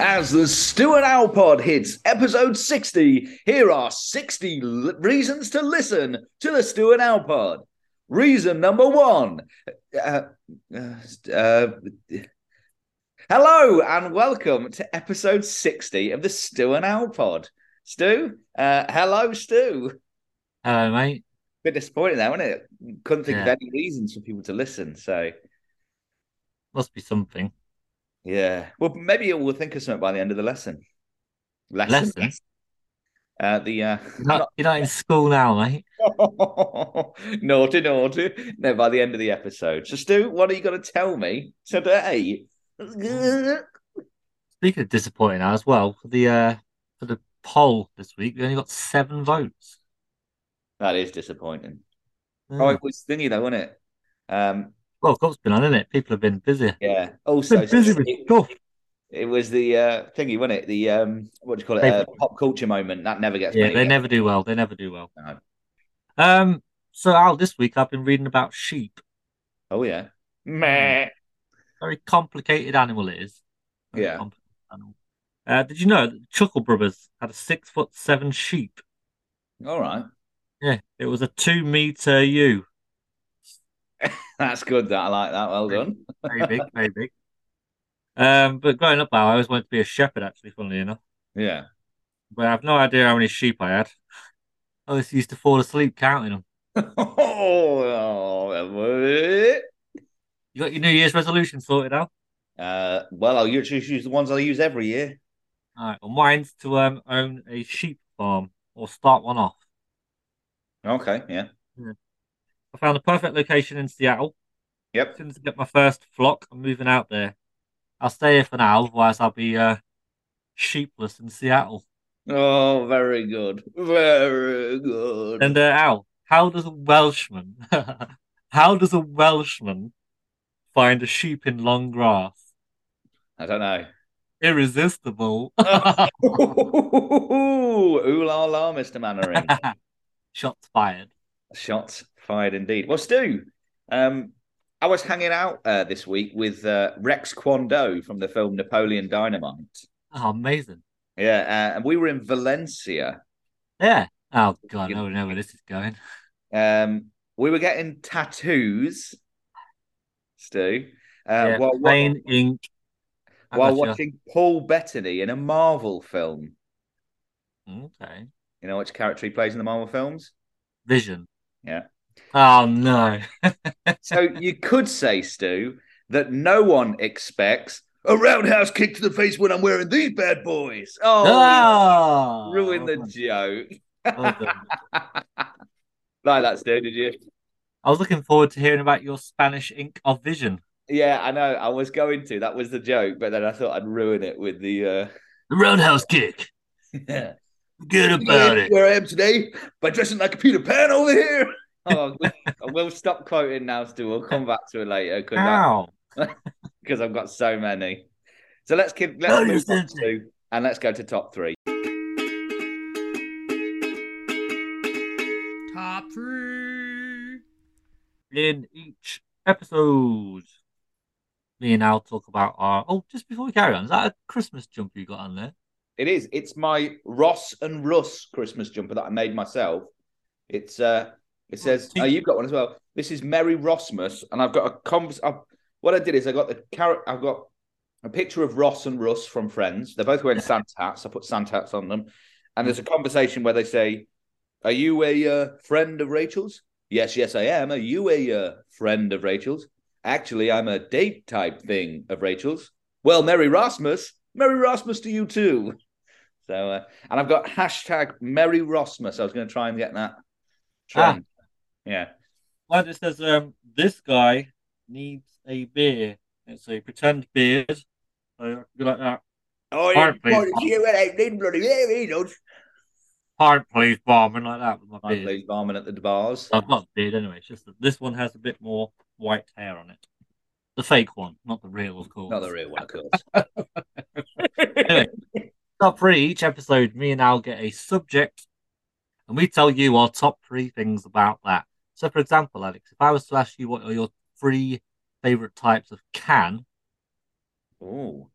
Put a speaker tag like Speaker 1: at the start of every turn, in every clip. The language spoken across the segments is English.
Speaker 1: As the Stuart Owl Pod hits episode 60, here are 60 l- reasons to listen to the Stuart Owl Pod. Reason number one. uh, uh, uh, hello and welcome to episode 60 of the Stu and Owl Pod. Stu, uh, hello, Stu.
Speaker 2: Hello, mate.
Speaker 1: Bit disappointing there, wasn't it? Couldn't think
Speaker 2: Yeah.
Speaker 1: of any reasons for people to listen. So,
Speaker 2: Must be something.
Speaker 1: yeah. Well, maybe we'll think of something by the end of the lesson. Lesson?
Speaker 2: Lesson?
Speaker 1: Uh, the uh,
Speaker 2: You're not, you're not in school now, mate.
Speaker 1: naughty, naughty. No, by the end of the episode. So, Stu, what are you going to tell me today?
Speaker 2: Speaking of disappointing now as well, for the uh for the poll this week, we only got seven votes.
Speaker 1: That is disappointing. Oh,
Speaker 2: Yeah.
Speaker 1: it was thingy though, wasn't it? Um,
Speaker 2: Well, Cup's been on, isn't it? People have been busy.
Speaker 1: yeah.
Speaker 2: Been
Speaker 1: Also,
Speaker 2: busy with
Speaker 1: it,
Speaker 2: stuff.
Speaker 1: it was the uh, thingy, wasn't it? The um, what do you call it? Uh,
Speaker 2: Favourite.
Speaker 1: pop culture moment that never gets.
Speaker 2: Yeah,
Speaker 1: many
Speaker 2: they
Speaker 1: votes.
Speaker 2: never do well. They never do well.
Speaker 1: No.
Speaker 2: Um, so Al, this week I've been reading about sheep.
Speaker 1: Oh yeah.
Speaker 2: Hmm.
Speaker 1: Meh.
Speaker 2: Very complicated animal it is. Very
Speaker 1: Yeah.
Speaker 2: complicated Animal. Uh, did you know that the Chuckle Brothers had a six foot seven sheep?
Speaker 1: All right.
Speaker 2: Yeah, it was a two meter ewe.
Speaker 1: That's good. That I like that. Well
Speaker 2: Thank
Speaker 1: done.
Speaker 2: very big, very big. Um, but growing up, Al, I always wanted to be a shepherd, actually, funnily enough.
Speaker 1: Yeah.
Speaker 2: But I've no idea how many sheep I had. I always used to fall asleep counting them.
Speaker 1: oh,
Speaker 2: You got your New Year's resolution sorted out?
Speaker 1: uh, well, I'll usually use the ones I use every year.
Speaker 2: All right, well, mine's to um, own a sheep farm or start one off.
Speaker 1: Okay. Yeah.
Speaker 2: I found the perfect location in Seattle. As
Speaker 1: Yep.
Speaker 2: soon as I get my first flock, I'm moving out there. I'll stay here for now, otherwise, I'll be uh, sheepless in Seattle.
Speaker 1: Oh, very good. Very good.
Speaker 2: And uh, Al, how does a Welshman, how does a Welshman find a sheep in long grass?
Speaker 1: I don't know.
Speaker 2: Irresistible.
Speaker 1: Ooh la la, Mr. Mannering.
Speaker 2: Shots fired.
Speaker 1: Shots fired indeed. Well, Stu, um, I was hanging out uh, this week with uh, Rex Kwando from the film Napoleon Dynamite.
Speaker 2: Oh, amazing.
Speaker 1: Yeah, uh, and we were in Valencia.
Speaker 2: Yeah. Oh god,
Speaker 1: You-
Speaker 2: I don't know where this is going.
Speaker 1: Um, we were getting tattoos, Stu, uh,
Speaker 2: Yeah,
Speaker 1: while, wa-
Speaker 2: plain ink. I
Speaker 1: while
Speaker 2: gotcha.
Speaker 1: watching Paul Bettany in a Marvel film.
Speaker 2: Okay.
Speaker 1: You know which character he plays in the Marvel films?
Speaker 2: Vision.
Speaker 1: Yeah.
Speaker 2: Oh no.
Speaker 1: So you could say, Stu, that no one expects a roundhouse kick to the face when I'm wearing these bad boys. Oh,
Speaker 2: Oh,
Speaker 1: ruin the
Speaker 2: well done,
Speaker 1: joke.
Speaker 2: well done.
Speaker 1: like that, Stu, did you?
Speaker 2: I was looking forward to hearing about your Spanish ink of vision.
Speaker 1: Yeah, I know. I was going to. That was the joke, but then I thought I'd ruin it with the. Uh...
Speaker 2: The roundhouse kick. Good about it.
Speaker 1: Where I am today by dressing like a Peter Pan over here. Oh, I will stop quoting now, Stu. We'll come back to it later. couldn't I?
Speaker 2: Ow.
Speaker 1: because I've got so many. So let's keep let's
Speaker 2: No,
Speaker 1: move
Speaker 2: you're
Speaker 1: on
Speaker 2: sensitive.
Speaker 1: to, and let's go to top three.
Speaker 2: Top three. In each episode, me and Al talk about our. Oh, just before we carry on, is that a Christmas jumper you got on there?
Speaker 1: It is. It's my Ross and Russ Christmas jumper that I made myself. It's uh it says
Speaker 2: Teeth.
Speaker 1: oh you've got one as well. This is Merry Rossmas, and I've got a convers I, what I did is I got the carrot I've got a picture of Ross and Russ from Friends. They're both wearing Santa hats. I put Santa hats on them. And there's a conversation where they say, Are you a uh, friend of Rachel's? Yes, yes, I am. Are you a uh, friend of Rachel's? Actually, I'm a date type thing of Rachel's. Well, Merry Rosmus. Merry Rosmus to you too. So, uh, and I've got hashtag Merry Rosmus. I was going to try and get
Speaker 2: Ah.
Speaker 1: that. Trend. Yeah.
Speaker 2: Well, it says um, this guy needs a beer. It's a pretend beard. So I could be like that.
Speaker 1: Oh,
Speaker 2: yeah. Aren't we? Oh,
Speaker 1: I need bloody
Speaker 2: Pint, please, barman, like that with my beard.
Speaker 1: Please, barman at the bars.
Speaker 2: I've got a beard anyway. It's just that this one has a bit more white hair on it. The fake one, not the real, of course.
Speaker 1: Not the real one, of course.
Speaker 2: Top three each episode. Me and Al get a subject, and we tell you our top three things about that. So, for example, Alex, if I was to ask you what are your three favorite types of can,
Speaker 1: Ooh,
Speaker 2: what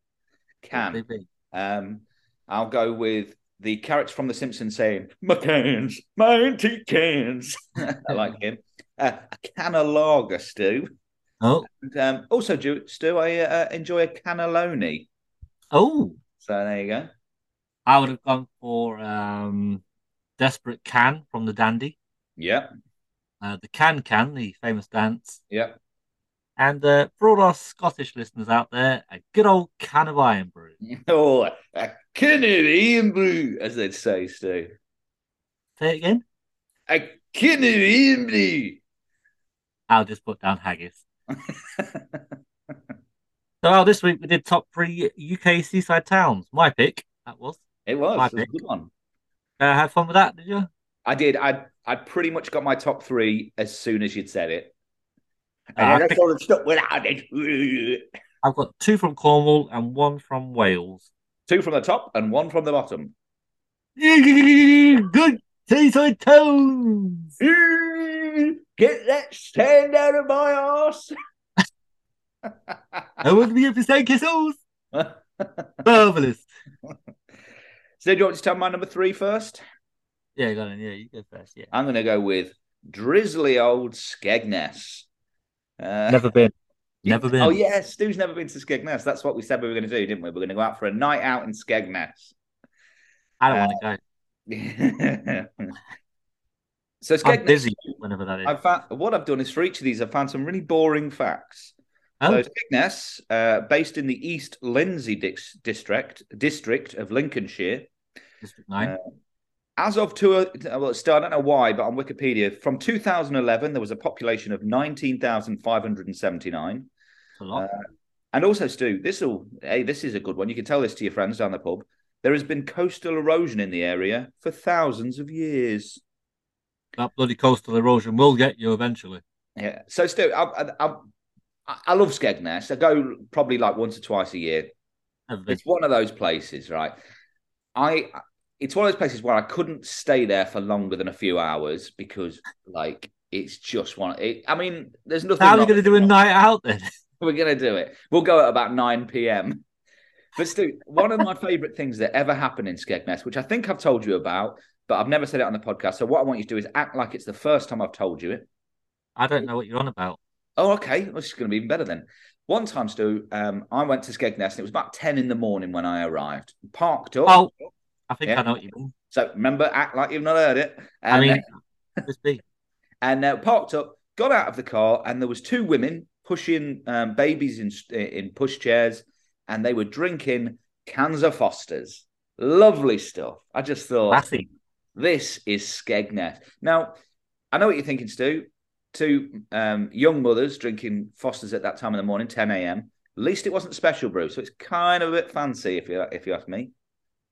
Speaker 2: would
Speaker 1: can.
Speaker 2: they be?
Speaker 1: Um, I'll go with the character from The Simpsons saying, "My cans, my antique cans." I like him. Uh, a can of lager, Stu.
Speaker 2: Oh,
Speaker 1: And, um, also, Ju- Stu, I uh, enjoy a cannelloni.
Speaker 2: oh,
Speaker 1: So there you go.
Speaker 2: I would have gone for um, Desperate Can from the Dandy,
Speaker 1: Yep,
Speaker 2: uh, the Can Can, the famous dance,
Speaker 1: yep.
Speaker 2: and uh, for all our Scottish listeners out there, a good old can of iron brew.
Speaker 1: Oh, a Canadian brew, as they'd say, Stu.
Speaker 2: Say it again.
Speaker 1: A Canadian brew.
Speaker 2: I'll just put down haggis. So Al, this week we did top three UK seaside towns. My pick, that was.
Speaker 1: It was,
Speaker 2: My
Speaker 1: it was a
Speaker 2: pick.
Speaker 1: good one.
Speaker 2: Uh, had fun with that, did you?
Speaker 1: I did. I I pretty much got my top three as soon as you'd said it. And
Speaker 2: Ah,
Speaker 1: then I
Speaker 2: I think-
Speaker 1: sort of stuck without it.
Speaker 2: I've got two from Cornwall and one from Wales.
Speaker 1: Two from the top and one from the bottom.
Speaker 2: Good seaside towns.
Speaker 1: Get that stand out of my arse.
Speaker 2: I would be if you say kisses. Marvelous.
Speaker 1: so, do you want to tell my number three first?
Speaker 2: Yeah, go on. Yeah, you go first. Yeah.
Speaker 1: I'm going to go with drizzly old Skegness. Uh,
Speaker 2: Never been. Never been.
Speaker 1: Oh yeah, Stu's never been to Skegness. That's what we said we were going to do, didn't we? We're going to go out for a night out in Skegness.
Speaker 2: I don't want to
Speaker 1: so
Speaker 2: go. I'm
Speaker 1: Skegness,
Speaker 2: busy whenever that is.
Speaker 1: I've found, what I've done is for each of these, I've found some really boring facts.
Speaker 2: Oh,
Speaker 1: So Skegness, uh, based in the East Lindsey dix district district of Lincolnshire,
Speaker 2: District Nine.
Speaker 1: uh, as of two, uh, well, it's still I don't know why, but on Wikipedia, from 2011 there was a population of 19,579.
Speaker 2: It's a lot.
Speaker 1: And also, Stu, this will hey, this is a good one. You can tell this to your friends down the pub. There has been coastal erosion in the area for thousands of years.
Speaker 2: that bloody coastal erosion will get you eventually.
Speaker 1: Yeah. So, Stu, I, I, I, I love Skegness. I go probably like once or twice a year.
Speaker 2: Never been.
Speaker 1: It's one of those places, right? I. It's one of those places where I couldn't stay there for longer than a few hours because, like, it's just one. It, I mean, there's nothing.
Speaker 2: How are we
Speaker 1: wrong
Speaker 2: going to
Speaker 1: with
Speaker 2: do a
Speaker 1: it.
Speaker 2: night out then?
Speaker 1: We're going to do it. We'll go at about 9 p.m. But Stu, one of my favorite things that ever happened in Skegness, which I think I've told you about, but I've never said it on the podcast. So what I want you to do is act like it's the first time I've told you it.
Speaker 2: I don't know what you're on about.
Speaker 1: Oh, okay. Well, this is going to be even better then. One time, Stu, um, I went to Skegness and it was about 10 in the morning when I arrived. Parked up.
Speaker 2: Oh, I think
Speaker 1: Yeah.
Speaker 2: I know what you mean.
Speaker 1: So remember, act like you've not heard it. And,
Speaker 2: I mean, just be.
Speaker 1: and uh, parked up, got out of the car, and there was two women pushing um, babies in in push chairs, and they were drinking cans of Fosters. Lovely stuff. I just thought
Speaker 2: Classy.
Speaker 1: this is Skegness. Now, I know what you're thinking, Stu. Two um, young mothers drinking Fosters at that time in the morning, 10 a.m. At least it wasn't special brew, so it's kind of a bit fancy if you if you ask me.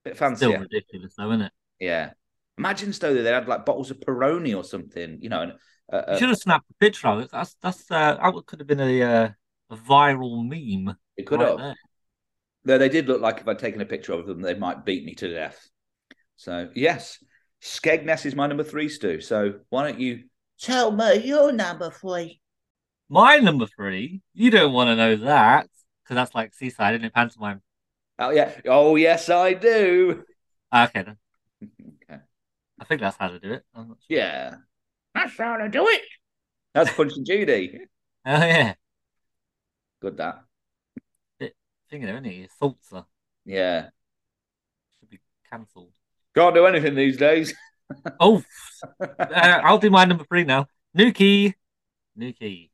Speaker 1: Bit fancy,
Speaker 2: Still ridiculous, though, isn't it?
Speaker 1: yeah. Imagine, Stu, that they had like bottles of Peroni or something, you know. And, uh,
Speaker 2: You
Speaker 1: uh,
Speaker 2: should have snapped a picture of it. That's that's uh, that could have been a uh, a viral meme.
Speaker 1: it could
Speaker 2: right
Speaker 1: have.
Speaker 2: there.
Speaker 1: Though they did look like if I'd taken a picture of them, they might beat me to death. So yes, Skegness is my number three, Stu. So why don't you tell me your number three?
Speaker 2: My number three. You don't want to know that because that's like seaside, isn't it? Pantomime.
Speaker 1: Oh yeah, oh yes, I do.
Speaker 2: Ah, okay, then.
Speaker 1: Okay.
Speaker 2: I think that's how to do it. I'm not sure.
Speaker 1: Yeah, that's how to do it. That's Punch and Judy.
Speaker 2: Oh yeah,
Speaker 1: Good that.
Speaker 2: thinking of any salsa
Speaker 1: Yeah,
Speaker 2: should be cancelled.
Speaker 1: can't do anything these days.
Speaker 2: Oh, uh, I'll do my number three now. Nuki, Nuki.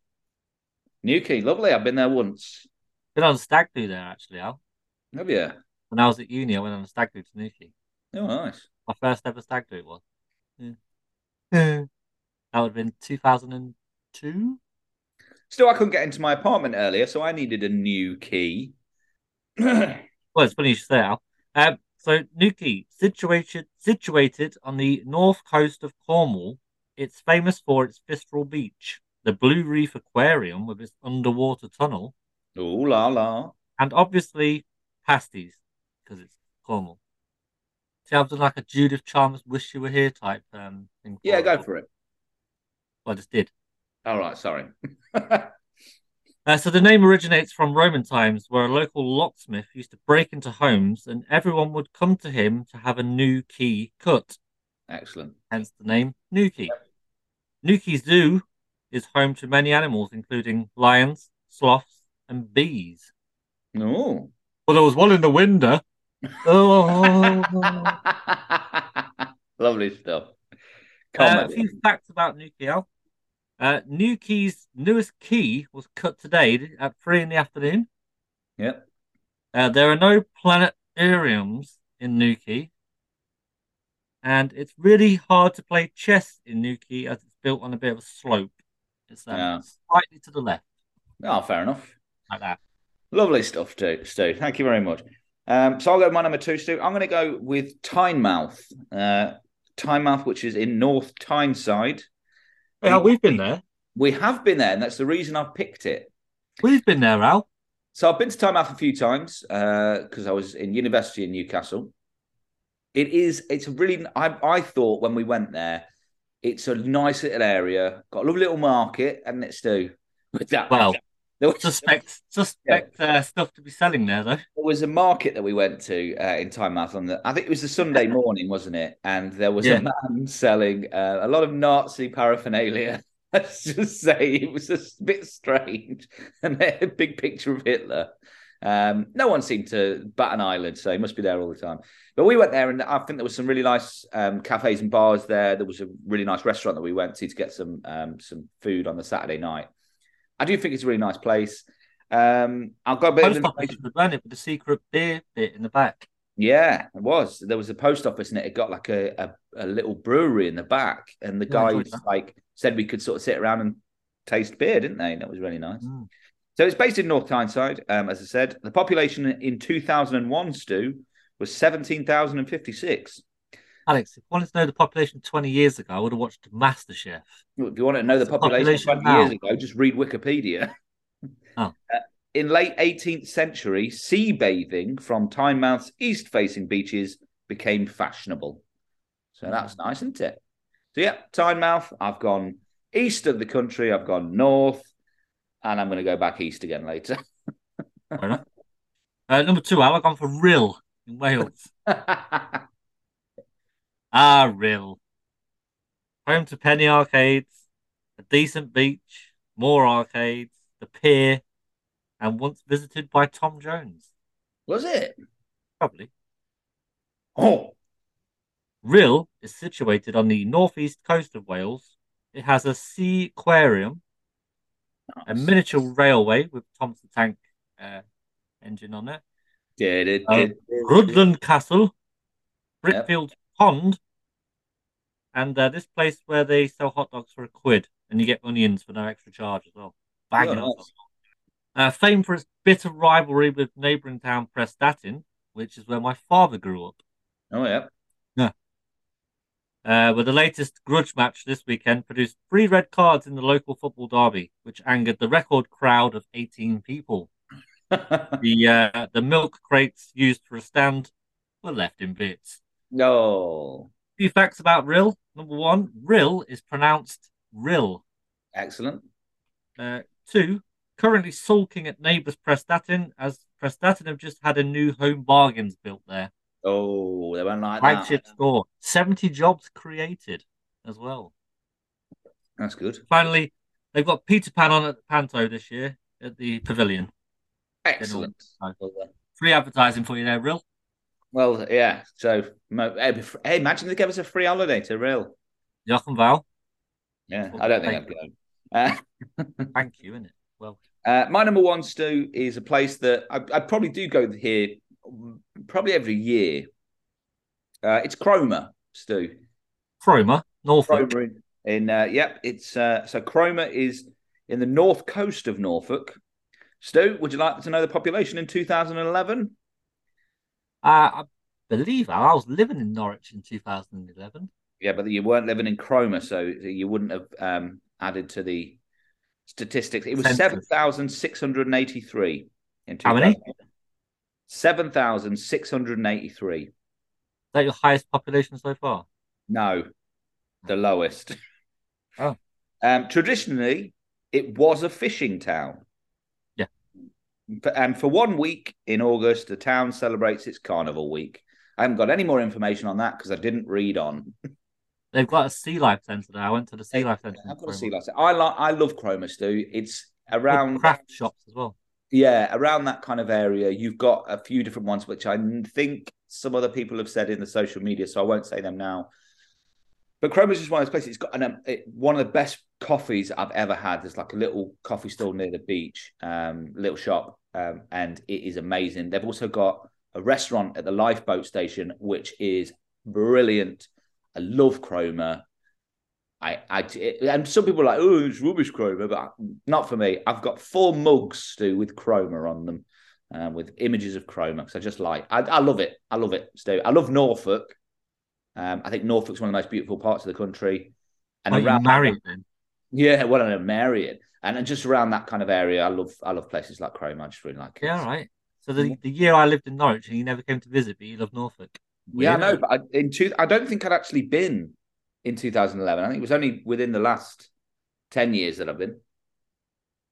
Speaker 1: Newquay, lovely. I've been there once.
Speaker 2: Been on a stag do there actually, Al.
Speaker 1: Have you?
Speaker 2: When I was at uni, I went on a stag do to Nuki.
Speaker 1: Oh, nice.
Speaker 2: My first ever stag do it was. Yeah. Yeah. that would have been 2002.
Speaker 1: Still, I couldn't get into my apartment earlier, so I needed a new key.
Speaker 2: Well, it's funny you should say that. Um, so Nuki, situated situated on the north coast of Cornwall, it's famous for its Fistral Beach, the Blue Reef Aquarium with its underwater tunnel,
Speaker 1: Ooh la la.
Speaker 2: and obviously pasties because it's Cornwall. See, I've done like a Judith Chalmers "Wish You Were Here" type um, thing.
Speaker 1: Yeah,
Speaker 2: Cornwall.
Speaker 1: go for it.
Speaker 2: Well, I just did.
Speaker 1: All right, sorry.
Speaker 2: Uh, so the name originates from Roman times, where a local locksmith used to break into homes, and everyone would come to him to have a new key cut.
Speaker 1: Excellent.
Speaker 2: Hence the name Nuki. Nuki Zoo is home to many animals, including lions, sloths, and bees.
Speaker 1: No.
Speaker 2: Well, there was one in the window. Oh,
Speaker 1: Lovely stuff.
Speaker 2: Uh, a
Speaker 1: Comedy.
Speaker 2: few facts about Nukiel. Uh, Nuki's newest key was cut today at three in the afternoon.
Speaker 1: Yep.
Speaker 2: Uh, there are no planetariums in Nuki, and it's really hard to play chess in Nuki as it's built on a bit of a slope. It's um,
Speaker 1: Yeah.
Speaker 2: slightly to the left,
Speaker 1: oh, fair enough.
Speaker 2: like that.
Speaker 1: Lovely stuff, Stu. Stu, thank you very much. Um, so I'll go with my number two, Stu. I'm going to go with Tynemouth. Uh, Tynemouth, which is in North Tyneside. Yeah,
Speaker 2: we've been there.
Speaker 1: We have been there, and that's the reason I've picked it.
Speaker 2: We've been there, Al.
Speaker 1: So I've been to Tynemouth a few times because I was in university in Newcastle. It is. It's a really. I I thought when we went there, it's a nice little area. Got a lovely little market, and it's do with that.
Speaker 2: Well,
Speaker 1: there was,
Speaker 2: Suspect, suspect uh, stuff to be selling there though.
Speaker 1: there was a market that we went to uh, in Tynemouth on the. I think it was the Sunday morning, wasn't it? And there was
Speaker 2: Yeah.
Speaker 1: a man selling uh, a lot of Nazi paraphernalia. Let's just say it was a bit strange, and a big picture of Hitler. Um, no one seemed to bat an eyelid, so he must be there all the time. But we went there, and I think there was some really nice um, cafes and bars there. There was a really nice restaurant that we went to to get some um, some food on the Saturday night. I do think it's a really nice place. Um, I'll go a bit.
Speaker 2: I
Speaker 1: of
Speaker 2: just thought we
Speaker 1: information-
Speaker 2: should have done it with the secret beer bit in the back.
Speaker 1: yeah, it was. There was a post office and it had got like a, a, a little brewery in the back, and the
Speaker 2: Oh Yeah, I enjoyed
Speaker 1: guys
Speaker 2: that.
Speaker 1: like said we could sort of sit around and taste beer, didn't they? And that was really nice.
Speaker 2: Mm.
Speaker 1: So it's based in North Tyneside, um, as I said. The population in 2001, Stu, was 17,056.
Speaker 2: Alex, if you wanted to know the population 20 years ago, I would have watched MasterChef.
Speaker 1: If you want to know the
Speaker 2: What's the
Speaker 1: population,
Speaker 2: population
Speaker 1: 20 years ago, just read Wikipedia.
Speaker 2: Oh.
Speaker 1: Uh, in late 18th century, sea bathing from Tynemouth's east-facing beaches became fashionable.
Speaker 2: Hmm.
Speaker 1: So that's nice, isn't it? So yeah, Tynemouth. I've gone east of the country. I've gone north, and I'm going to go back east again later.
Speaker 2: Fair enough. Uh, number two, Al, I've gone for Rill in Wales. ah, Rill. Home to penny arcades, a decent beach, more arcades, the pier, and once visited by Tom Jones.
Speaker 1: Was it?
Speaker 2: Probably.
Speaker 1: Oh,
Speaker 2: Rill is situated on the northeast coast of Wales. It has a sea aquarium, a
Speaker 1: nice.
Speaker 2: miniature railway with Thompson tank uh, engine on it,
Speaker 1: Did it?
Speaker 2: Uh,
Speaker 1: Did it.
Speaker 2: Rudland Castle,
Speaker 1: Yep.
Speaker 2: Brickfield Pond, and uh, this place where they sell hot dogs for a quid and you get onions for no extra charge as well. Banging
Speaker 1: Oh,
Speaker 2: hot
Speaker 1: nice.
Speaker 2: dogs. Uh, famed for its bitter rivalry with neighbouring town Prestatin, which is where my father grew up.
Speaker 1: Oh yeah.
Speaker 2: Uh, with the latest grudge match this weekend produced three red cards in the local football derby, which angered the record crowd of 18 people. The uh, the milk crates used for a stand were left in bits.
Speaker 1: no.
Speaker 2: few facts about Rill. Number one, Rill is pronounced Rill.
Speaker 1: Excellent.
Speaker 2: Uh, two, currently sulking at neighbours Prestatin as Prestatin have just had a new home bargains built there.
Speaker 1: Oh, they went like that.
Speaker 2: Flagship store, 70 jobs created as well.
Speaker 1: That's good.
Speaker 2: Finally, they've got Peter Pan on at the Panto this year at the Pavilion.
Speaker 1: Excellent.
Speaker 2: Nice. Free advertising for you there, Rill.
Speaker 1: Well, yeah. So, mo- hey, hey, imagine they gave us a free holiday to real.
Speaker 2: Jochen Val,
Speaker 1: Yeah, I don't think I'd
Speaker 2: Thank
Speaker 1: go. Uh,
Speaker 2: thank you, innit? Well,
Speaker 1: Uh, my number one, Stu, is a place that I, I probably do go here probably every year. Uh, it's Cromer, Stu.
Speaker 2: Cromer, Norfolk.
Speaker 1: Cromer in, in uh, yep, it's uh, so Cromer is in the north coast of Norfolk. Stu, would you like to know the population in 2011?
Speaker 2: Uh, I believe Al, I was living in Norwich in 2011.
Speaker 1: Yeah, but you weren't living in Cromer, so you wouldn't have um, added to the statistics. It was
Speaker 2: Census.
Speaker 1: 7,683 in
Speaker 2: How many?
Speaker 1: 2011. 7,683.
Speaker 2: Is that your highest population so far?
Speaker 1: No, the lowest.
Speaker 2: Oh.
Speaker 1: Um, traditionally, it was a fishing town. For- And for one week in August, the town celebrates its carnival week. I haven't got any more information on that because I didn't read on.
Speaker 2: They've got a sea life centre there. I went to the sea life centre. in
Speaker 1: I've got to
Speaker 2: Cromer.
Speaker 1: see. Like, I said, I like, I love Chroma Stu. It's
Speaker 2: Good
Speaker 1: around,
Speaker 2: craft shops as well.
Speaker 1: yeah, around that kind of area. You've got a few different ones, which I n- think some other people have said in the social media, so I won't say them now. But Chroma's just one of those places. It's got an, um, it, one of the best coffees I've ever had. There's like a little coffee stall near the beach, um, little shop, um, and it is amazing. They've also got a restaurant at the lifeboat station, which is brilliant. I love Chroma. I, I it- and some people are like, oh, it's rubbish Chroma, but I- not for me. I've got four mugs, Stu, with Chroma on them, uh, with images of Chroma because I just like. I, I love it. I love it, Stu. I love Norfolk. Um, I think Norfolk's one of the most beautiful parts of the country, and
Speaker 2: Might you
Speaker 1: around
Speaker 2: marry it then?
Speaker 1: yeah, well, and Marion, and then just around that kind of area, I love I love places like Chroma. I just really like it.
Speaker 2: Yeah, all right. So the, the year I lived in Norwich and you never came to visit, but you love Norfolk.
Speaker 1: Yeah, I
Speaker 2: Weird.
Speaker 1: know, but I, in two, I don't think I'd actually been in 2011. I think it was only within the last ten years that I've been.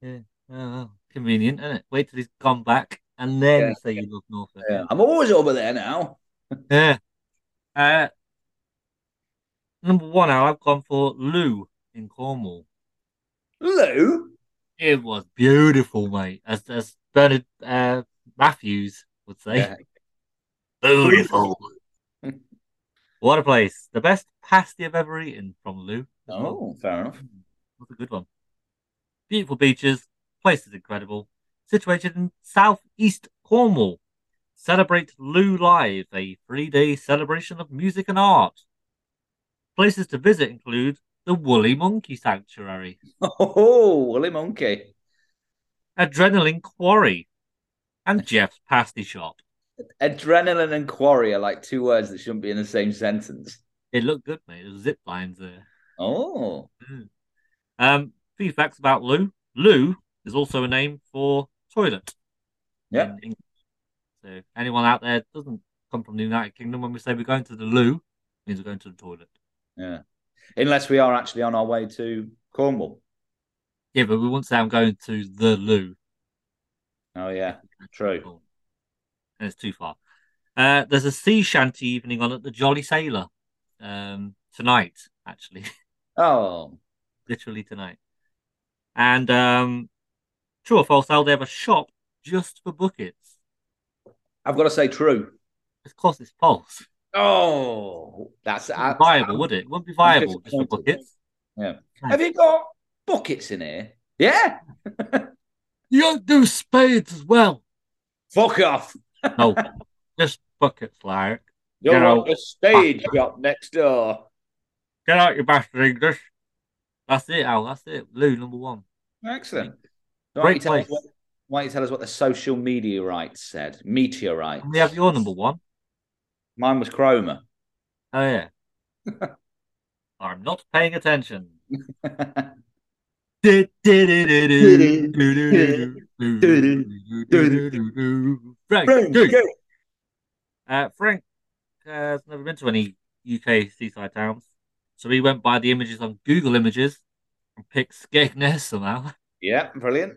Speaker 2: Oh, well, convenient, isn't it? Wait till he's gone back and then
Speaker 1: Yeah,
Speaker 2: say you love Norfolk.
Speaker 1: Yeah. I'm always over there now.
Speaker 2: Yeah. Uh, number one, Al, I've gone for Lou in Cornwall.
Speaker 1: Lou,
Speaker 2: It was beautiful, mate. As as Bernard uh, Matthews would say,
Speaker 1: Yeah.
Speaker 2: beautiful. what a place! The best pasty I've ever eaten from Lou. as well.
Speaker 1: Oh, fair enough.
Speaker 2: That's a good one. Beautiful beaches, place is incredible. Situated in southeast Cornwall. Celebrate Lou Live, a three day celebration of music and art. Places to visit include the Woolly Monkey Sanctuary,
Speaker 1: Oh, Willy Monkey.
Speaker 2: Adrenaline Quarry, and Jeff's Pasty Shop.
Speaker 1: Adrenaline and quarry are like two words that shouldn't be in the same sentence.
Speaker 2: It looked good, mate. There's zip lines there.
Speaker 1: Oh,
Speaker 2: Um, few facts about Lou. Lou is also a name for toilet.
Speaker 1: Yeah.
Speaker 2: in England. So anyone out there that doesn't come from the United Kingdom when we say we're going to the loo, it means we're going to the toilet.
Speaker 1: yeah. Unless we are actually on our way to Cornwall.
Speaker 2: Yeah, but we wouldn't say I'm going to the loo.
Speaker 1: Oh, yeah, true.
Speaker 2: And it's too far. Uh, there's a sea shanty evening on at the Jolly Sailor um, tonight, actually.
Speaker 1: Oh,
Speaker 2: literally tonight. And um, true or false, Al, they have a shop just for buckets.
Speaker 1: I've got to say true.
Speaker 2: Of course, it's false.
Speaker 1: Oh, that's
Speaker 2: It
Speaker 1: that's-
Speaker 2: wouldn't be viable, would it? It wouldn't be viable just for
Speaker 1: disappointed.
Speaker 2: buckets.
Speaker 1: Have you got buckets in here? Yeah.
Speaker 2: You don't do spades as well.
Speaker 1: Fuck off.
Speaker 2: No, just buckets, like.
Speaker 1: You're
Speaker 2: No.
Speaker 1: on the stage shop next door.
Speaker 2: Get out, you bastard English. That's it, Al. That's it. Lou, number one.
Speaker 1: Excellent. Why don't you
Speaker 2: Great
Speaker 1: tell us
Speaker 2: place.
Speaker 1: what, why don't you tell us what the social meteorite said? Meteorite.
Speaker 2: And we have your number one.
Speaker 1: Mine was Chroma.
Speaker 2: Oh, yeah. I'm not paying attention. Frank, Duke. Uh, Frank uh, has never been to any UK seaside towns, so he went by the images on Google Images and picked Skegness somehow,
Speaker 1: yeah, brilliant.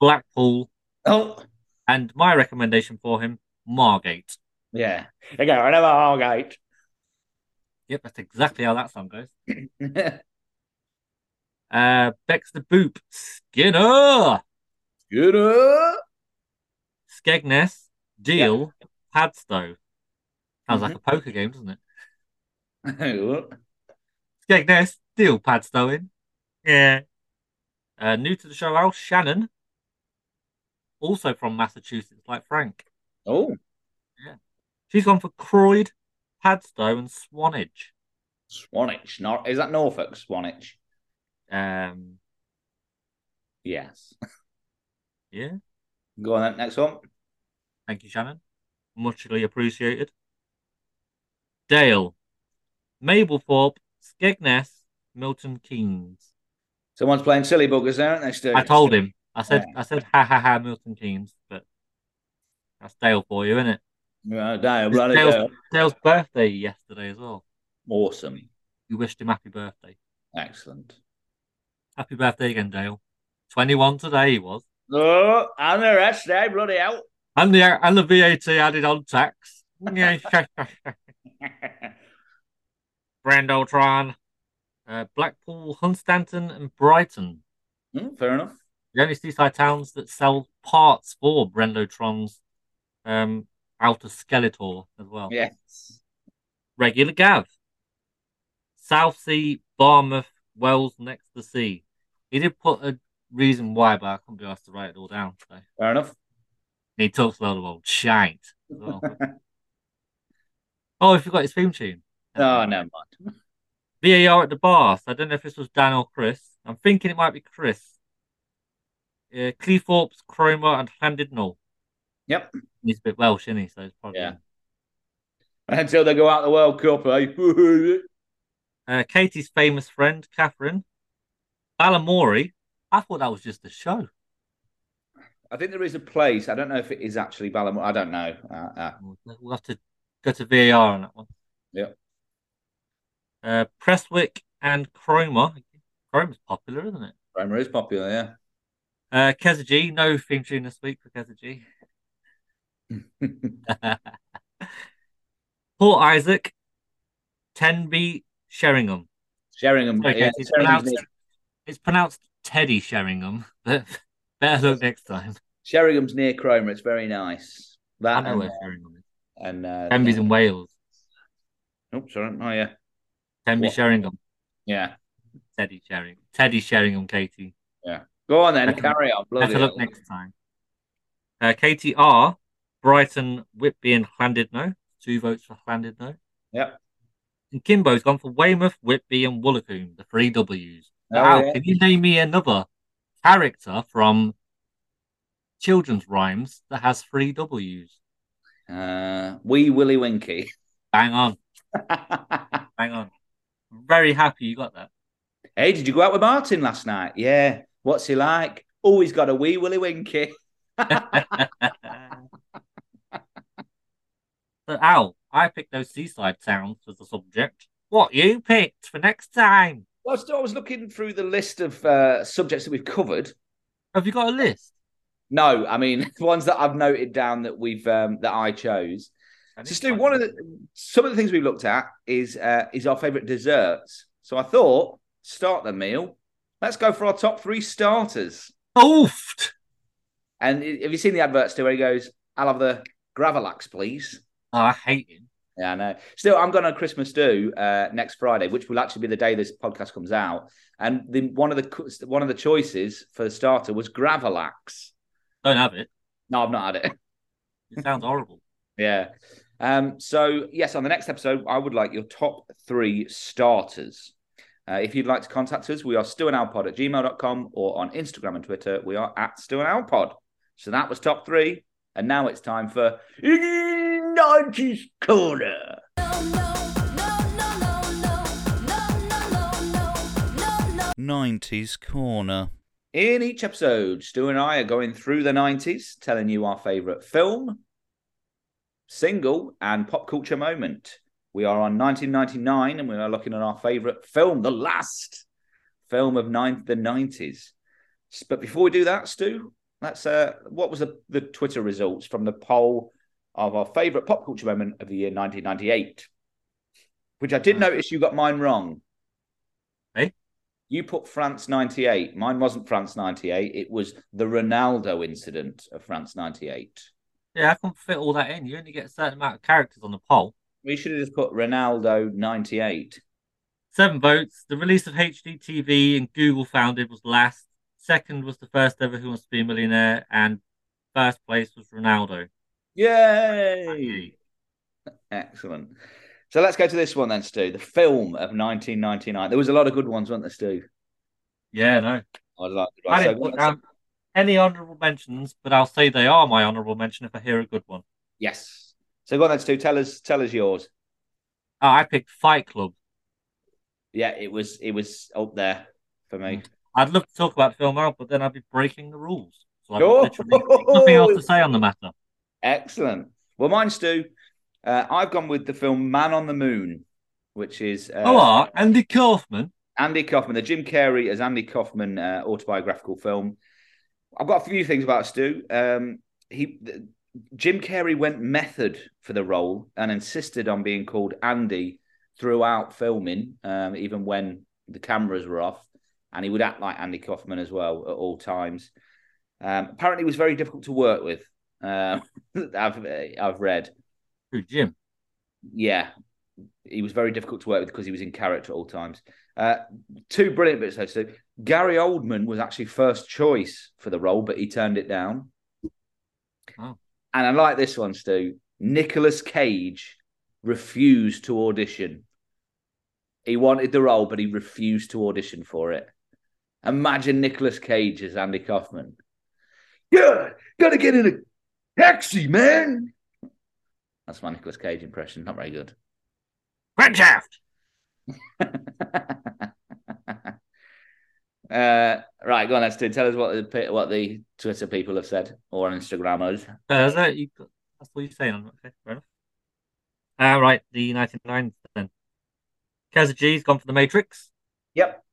Speaker 2: Blackpool,
Speaker 1: Oh,
Speaker 2: and my recommendation for him, Margate.
Speaker 1: yeah. Okay, I know Hargate.
Speaker 2: Yep, that's exactly how that song goes. Uh, Bex the Boop, Skinner,
Speaker 1: Good. uh,
Speaker 2: Skegness, Deal, Padstow. Sounds like a poker game, doesn't it?
Speaker 1: uh,
Speaker 2: Skegness, Deal, Padstow in. Yeah. Uh, new to the show, Al Shannon, also from Massachusetts, like Frank.
Speaker 1: oh,
Speaker 2: She's gone for Croyd, Padstow, and Swanage.
Speaker 1: Swanage. Nor- is that Norfolk Swanage?
Speaker 2: Um,
Speaker 1: Yes.
Speaker 2: yeah,
Speaker 1: Go on then. Next one.
Speaker 2: thank you, Shannon. Muchly appreciated. Dale, Mablethorpe, Skegness, Milton Keynes.
Speaker 1: Someone's playing silly buggers there, aren't they, Stu?
Speaker 2: I told him. I said, I said, ha ha ha, Milton Keynes, but that's Dale for you, isn't it?
Speaker 1: Yeah, Oh, damn,
Speaker 2: It's
Speaker 1: bloody
Speaker 2: Dale's,
Speaker 1: hell.
Speaker 2: Dale's birthday yesterday as well.
Speaker 1: Awesome.
Speaker 2: We wished him happy birthday.
Speaker 1: Excellent.
Speaker 2: Happy birthday again, Dale. 21 today he was.
Speaker 1: Oh, and the rest, eh? Bloody hell.
Speaker 2: And the and the VAT added on tax. Mm, Yeah, Brandoltran, uh, Blackpool, Hunstanton, and Brighton.
Speaker 1: Hmm, fair enough.
Speaker 2: The only seaside towns that sell parts for Brendotron's um, outer Skeletor as well.
Speaker 1: Yes.
Speaker 2: Regular Gav. South Sea, Barmouth, Wells next to the sea. He did put a reason why, but I couldn't be asked to write it all down. So. And
Speaker 1: Fair enough.
Speaker 2: he talks a lot of old shite. as well. oh, I forgot his theme tune.
Speaker 1: Oh, never mind.
Speaker 2: VAR at the bar. So I don't know if this was Dan or Chris. I'm thinking it might be Chris. Uh, Cleethorpes, Cromer, and Llandudno.
Speaker 1: Yep.
Speaker 2: He's a bit Welsh, isn't he? So it's probably.
Speaker 1: Yeah. Until they go out the World Cup, eh?
Speaker 2: Uh, Katie's famous friend, Catherine. Balamori. I thought that was just a show.
Speaker 1: I think there is a place. I don't know if it is actually Ballamore. I don't know. Uh, uh,
Speaker 2: We'll have to go to VAR on that one.
Speaker 1: Yep.
Speaker 2: Uh, Prestwick and Cromer. Cromer's popular, isn't it?
Speaker 1: Roma is popular, yeah.
Speaker 2: Uh, Keza G, no theme tune this week for Keza G. Port Isaac, Tenby Sheringham.
Speaker 1: Sheringham.
Speaker 2: Okay,
Speaker 1: Um, yeah,
Speaker 2: it's,
Speaker 1: Sheringham's
Speaker 2: pronounced,
Speaker 1: near,
Speaker 2: it's pronounced Teddy Sheringham, but better luck next time.
Speaker 1: Sheringham's near Cromer. It's very nice.
Speaker 2: I
Speaker 1: That
Speaker 2: know
Speaker 1: and,
Speaker 2: where Sheringham is.
Speaker 1: and uh,
Speaker 2: Tenby's in Wales.
Speaker 1: oh, sorry. Oh, yeah.
Speaker 2: Tenby
Speaker 1: What?
Speaker 2: Sheringham.
Speaker 1: Yeah.
Speaker 2: Teddy Sheringham. Teddy Sheringham, Katie.
Speaker 1: Go on then.
Speaker 2: Better-
Speaker 1: carry on. Bloody
Speaker 2: Better luck
Speaker 1: hell.
Speaker 2: next time. Uh, Katie R, Brighton, Whitby, and Llandudno. Two votes for Llandudno.
Speaker 1: Yep.
Speaker 2: And Kimbo's gone for Weymouth, Whitby, and Wollacoon, the three W's.
Speaker 1: Oh,
Speaker 2: Al,
Speaker 1: yeah.
Speaker 2: can you name me another character from children's rhymes that has three W's?
Speaker 1: Uh, wee Willy Winky.
Speaker 2: Bang on, bang on. Very happy you got that.
Speaker 1: hey, did you go out with Martin last night? Yeah. What's he like? Oh, he's got a wee Willy Winky.
Speaker 2: so, Al, I picked those seaside towns as the subject. What you picked for next time?
Speaker 1: Well, I was- I was looking through the list of uh, subjects that we've covered.
Speaker 2: Have you got a list?
Speaker 1: No, I mean the ones that I've noted down that we've um, that I chose. So
Speaker 2: I need to
Speaker 1: Stu,
Speaker 2: find
Speaker 1: one of
Speaker 2: it.
Speaker 1: the some of the things we've looked at is uh, is our favourite desserts. So I thought start the meal. Let's go for our top three starters.
Speaker 2: Oofed!
Speaker 1: And i- have you seen the adverts Stu, where he goes, "I'll have the Gravelax, please."
Speaker 2: Oh, I hate him.
Speaker 1: Yeah, I know. Still, I'm going to Christmas do uh, next Friday, which will actually be the day this podcast comes out. And the, one of the co- one of the choices for the starter was Gravelax.
Speaker 2: Don't have it.
Speaker 1: No, I've not had it.
Speaker 2: It sounds horrible.
Speaker 1: Yeah. Um, so, yes, on the next episode, I would like your top three starters. Uh, if you'd like to contact us, we are stewandowlpod at gmail.com or on Instagram and Twitter, we are at stewandowlpod. So that was top three. And now it's time for 90s Corner.
Speaker 3: No, no, no, no, no, no, no, no, no, no, no, no.
Speaker 4: 90s Corner.
Speaker 1: In each episode, Stu and I are going through the 90s, telling you our favourite film, single, and pop culture moment. We are on 1999 and we are looking at our favourite film, the last film of nine, the 90s. S- But before we do that, Stu, that's uh, what was the, the Twitter results from the poll of our favourite pop culture moment of the year 1998, which I did notice you got mine wrong. You put France 98. Mine wasn't France 98. It was the Ronaldo incident of France 98.
Speaker 2: Yeah, I can't fit all that in. You only get a certain amount of characters on the poll.
Speaker 1: We should have just put Ronaldo 98.
Speaker 2: Seven votes. The release of HDTV and Google founded was last. Second was the first ever Who Wants to Be a Millionaire, and first place was Ronaldo.
Speaker 1: Yay! Excellent. So let's go to this one then, Stu. The film of 1999. There was a lot of good ones, weren't there, Stu?
Speaker 2: Yeah, no.
Speaker 1: I like it.
Speaker 2: I
Speaker 1: So
Speaker 2: didn't put
Speaker 1: what's-
Speaker 2: down any honourable mentions, but I'll say they are my honourable mention if I hear a good one.
Speaker 1: Yes. So go on then, Stu. Tell us, tell us yours.
Speaker 2: Oh, I picked Fight Club.
Speaker 1: Yeah, it was, it was up there for me.
Speaker 2: I'd love to talk about Film Out, but then I'd be breaking the rules. So I've
Speaker 1: Oh!
Speaker 2: got literally nothing else to say on the matter.
Speaker 1: Excellent. Well, mine, Stu. Uh, I've gone with the film Man on the Moon, which is uh,
Speaker 2: oh, ah, Andy Kaufman.
Speaker 1: Andy Kaufman, the Jim Carrey as Andy Kaufman uh, autobiographical film. I've got a few things about Stu. Um, he th- Jim Carrey went method for the role and insisted on being called Andy throughout filming, um, even when the cameras were off. And he would act like Andy Kaufman as well at all times. Um, apparently, he was very difficult to work with. Um, I've I've read,
Speaker 2: Who, Jim?
Speaker 1: yeah, he was very difficult to work with because he was in character at all times. Uh, two brilliant bits though. Stu. Gary Oldman was actually first choice for the role, but he turned it down.
Speaker 2: Oh.
Speaker 1: And I like this one, Stu. Nicholas Cage refused to audition. He wanted the role, but he refused to audition for it. Imagine Nicholas Cage as Andy Kaufman. Yeah, gotta get in a taxi, man. That's my Nicholas Cage impression. Not very good.
Speaker 2: Crankshaft!
Speaker 1: Uh, right, go on, let's do. Tell us what the pe- what the Twitter people have said or on Instagrammers.
Speaker 2: Uh, is that you, that's what you're saying. I'm- Okay, fair enough. Uh, right, the 99 then. Kaz G's gone for the Matrix.
Speaker 1: Yep.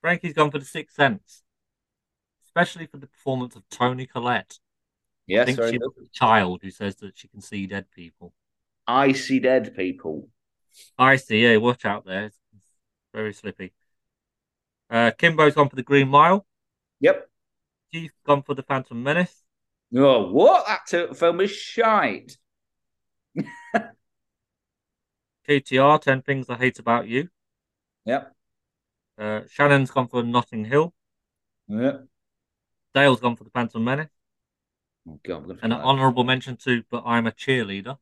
Speaker 2: Frankie's gone for the Sixth Sense, especially for the performance of Tony Collette,
Speaker 1: Yes,
Speaker 2: think
Speaker 1: very
Speaker 2: she-
Speaker 1: good.
Speaker 2: the child who says that she can see dead people.
Speaker 1: I see dead people.
Speaker 2: I see. Yeah, watch out there. It's very slippy. Uh, Kimbo's gone for the Green Mile.
Speaker 1: Yep.
Speaker 2: Keith's gone for the Phantom Menace.
Speaker 1: Oh, what? That t- film is shite.
Speaker 2: KTR, 10 Things I Hate About You.
Speaker 1: Yep.
Speaker 2: Uh, Shannon's gone for Notting Hill.
Speaker 1: Yep.
Speaker 2: Dale's gone for the Phantom Menace.
Speaker 1: Oh, God, I'm gonna
Speaker 2: And an
Speaker 1: forget that.
Speaker 2: honourable mention to But I'm a Cheerleader.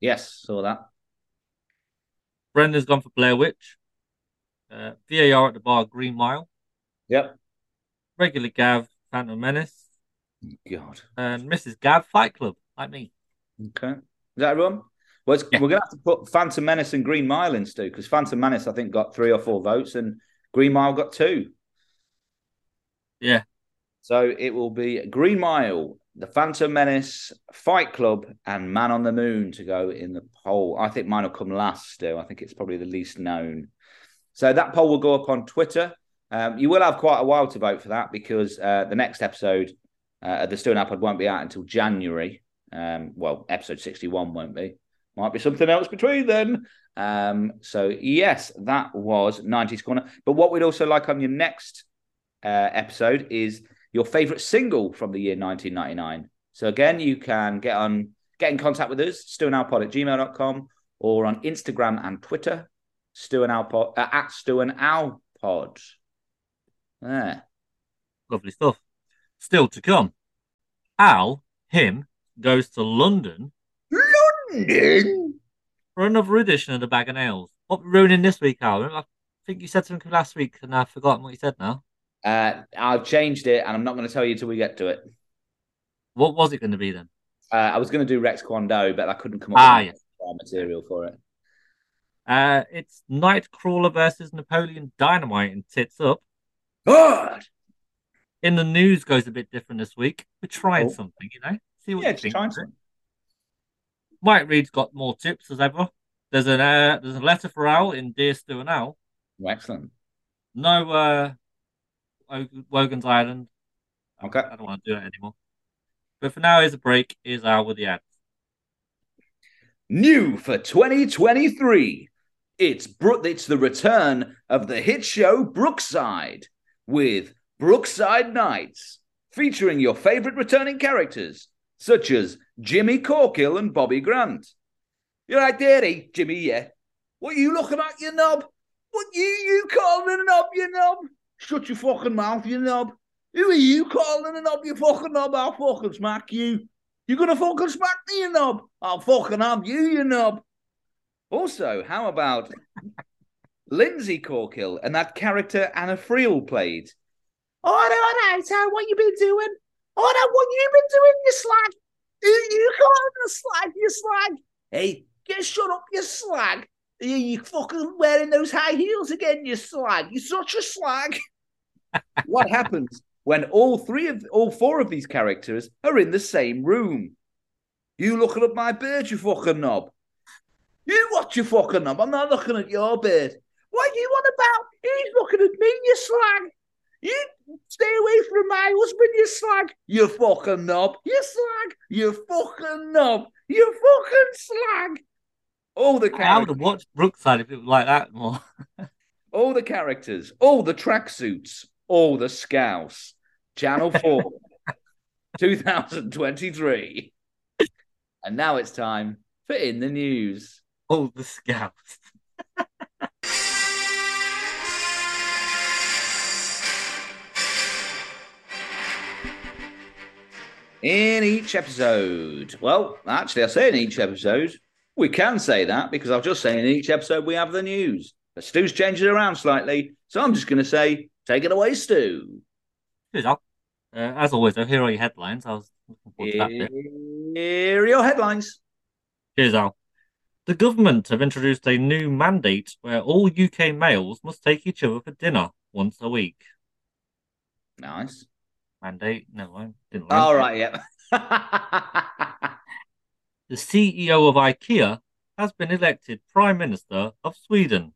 Speaker 1: Yes, saw that.
Speaker 2: Brenda's gone for Blair Witch. Uh, VAR at the bar, Green Mile.
Speaker 1: Yep.
Speaker 2: Regular Gav, Phantom Menace.
Speaker 1: God.
Speaker 2: And Mrs. Gav, Fight Club, like me.
Speaker 1: Okay. Is that everyone? Well, it's,
Speaker 2: Yeah.
Speaker 1: we're gonna have to put Phantom Menace and Green Mile in, Stu, because Phantom Menace I think got three or four votes, and Green Mile got two.
Speaker 2: Yeah.
Speaker 1: So it will be Green Mile, The Phantom Menace, Fight Club, and Man on the Moon to go in the poll. I think mine will come last, Stu. I think it's probably the least known. So that poll will go up on Twitter. Um, you will have quite a while to vote for that because uh, the next episode uh, of the Stu and Pod won't be out until January. Um, well, episode 61 won't be. Might be something else between then. Um, so, yes, that was 90s Corner. But what we'd also like on your next uh, episode is your favorite single from the year 1999. So again, you can get on get in contact with us, stewandalpod at gmail.com or on Instagram and Twitter, Stu and Alpod, uh, at Stu and Alpod. There.
Speaker 2: Lovely stuff. Still to come. Al, him, goes to London
Speaker 1: London.
Speaker 2: for another edition of the Bag of Nails. What we ruining this week, Al? I think you said something last week and I've forgotten what you said now.
Speaker 1: Uh, I've changed it and I'm not going to tell you until we get to it.
Speaker 2: What was it going to be then?
Speaker 1: Uh, I was going to do Rex Kwando, but I couldn't come up
Speaker 2: Ah,
Speaker 1: with any material for it.
Speaker 2: Uh, it's Nightcrawler versus Napoleon Dynamite and Tits Up.
Speaker 1: God!
Speaker 2: In the news goes a bit different this week. We're trying
Speaker 1: Cool.
Speaker 2: something, you know? See what
Speaker 1: Oh. Yeah,
Speaker 2: you
Speaker 1: just
Speaker 2: think.
Speaker 1: trying something.
Speaker 2: Mike Reed's got more tips as ever. There's an uh, there's a letter for Al in Dear Stu and Al.
Speaker 1: Oh, Excellent.
Speaker 2: No uh, O- Wogan's Island.
Speaker 1: Okay.
Speaker 2: I don't want to do that anymore. But for now, here's a break. Here's Al with the ad.
Speaker 1: New for 2023, it's Bro- it's the return of the hit show Brookside with Brookside Nights, featuring your favorite returning characters such as Jimmy Corkill and Bobby Grant. You're right there, eh, Jimmy? Yeah. What you looking at, you knob? What you you calling a knob, you knob? Shut your fucking mouth, you knob. Who are you calling a knob, you fucking knob? I'll fucking smack you. You're gonna fucking smack me, you knob. I'll fucking have you, you knob. Also, how about Lindsay Corkill and that character Anna Friel played? Oh, no, no, so what you been doing? Oh, no, what you been doing, you slag? You, you can't a slag, you slag. Hey, get shut up, you slag. You, you fucking wearing those high heels again, you slag. You're such a slag. what happens when all three of all four of these characters are in the same room. You looking at my bird, you fucking knob. You watch your fucking knob. I'm not looking at your bird. What are you on about? He's looking at me, you slag. You stay away from my husband, you slag. You fucking knob. You slag. You fucking knob. You fucking slag. All the
Speaker 2: I would
Speaker 1: characters,
Speaker 2: have watched Brookside if it was like that more.
Speaker 1: all the characters, all the tracksuits, all the scouse. Channel 4, 2023. And now it's time for In the News.
Speaker 2: All the scouts.
Speaker 1: In each episode. Well, actually, I say in each episode. We can say that because I've just saying in each episode we have the news. But Stu's changed it around slightly. So I'm just going to say, take it away, Stu.
Speaker 2: Good. I'll- Uh, as always, though, here are your headlines. I was looking forward to that bit.
Speaker 1: Here are your headlines.
Speaker 2: Here's Al. The government have introduced a new mandate where all UK males must take each other for dinner once a week.
Speaker 1: Nice.
Speaker 2: Mandate? No, I didn't. like
Speaker 1: All
Speaker 2: it.
Speaker 1: right, yeah.
Speaker 2: The CEO of IKEA has been elected Prime Minister of Sweden.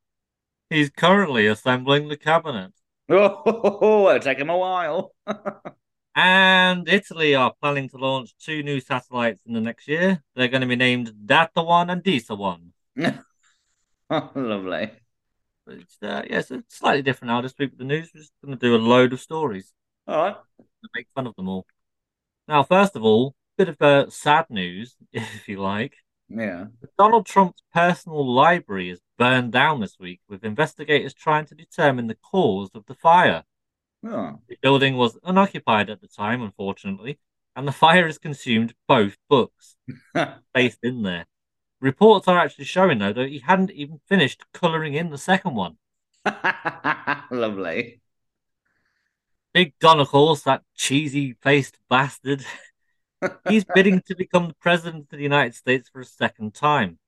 Speaker 2: He's currently assembling the cabinet.
Speaker 1: oh, it'll take him a while.
Speaker 2: And Italy are planning to launch two new satellites in the next year. They're going to be named Data One and Disa One.
Speaker 1: Lovely.
Speaker 2: It's, uh, yes, it's slightly different now this week with the news. We're just going to do a load of stories
Speaker 1: All right.
Speaker 2: and make fun of them all. Now, first of all, bit of uh, sad news, if you like.
Speaker 1: Yeah.
Speaker 2: Donald Trump's personal library is burned down this week, with investigators trying to determine the cause of the fire.
Speaker 1: Oh,
Speaker 2: The building was unoccupied at the time, unfortunately, and the fire has consumed both books placed in there. Reports are actually showing, though, that he hadn't even finished colouring in the second one.
Speaker 1: Lovely.
Speaker 2: Big Donacles, that cheesy faced bastard, he's bidding to become the president of the United States for a second time.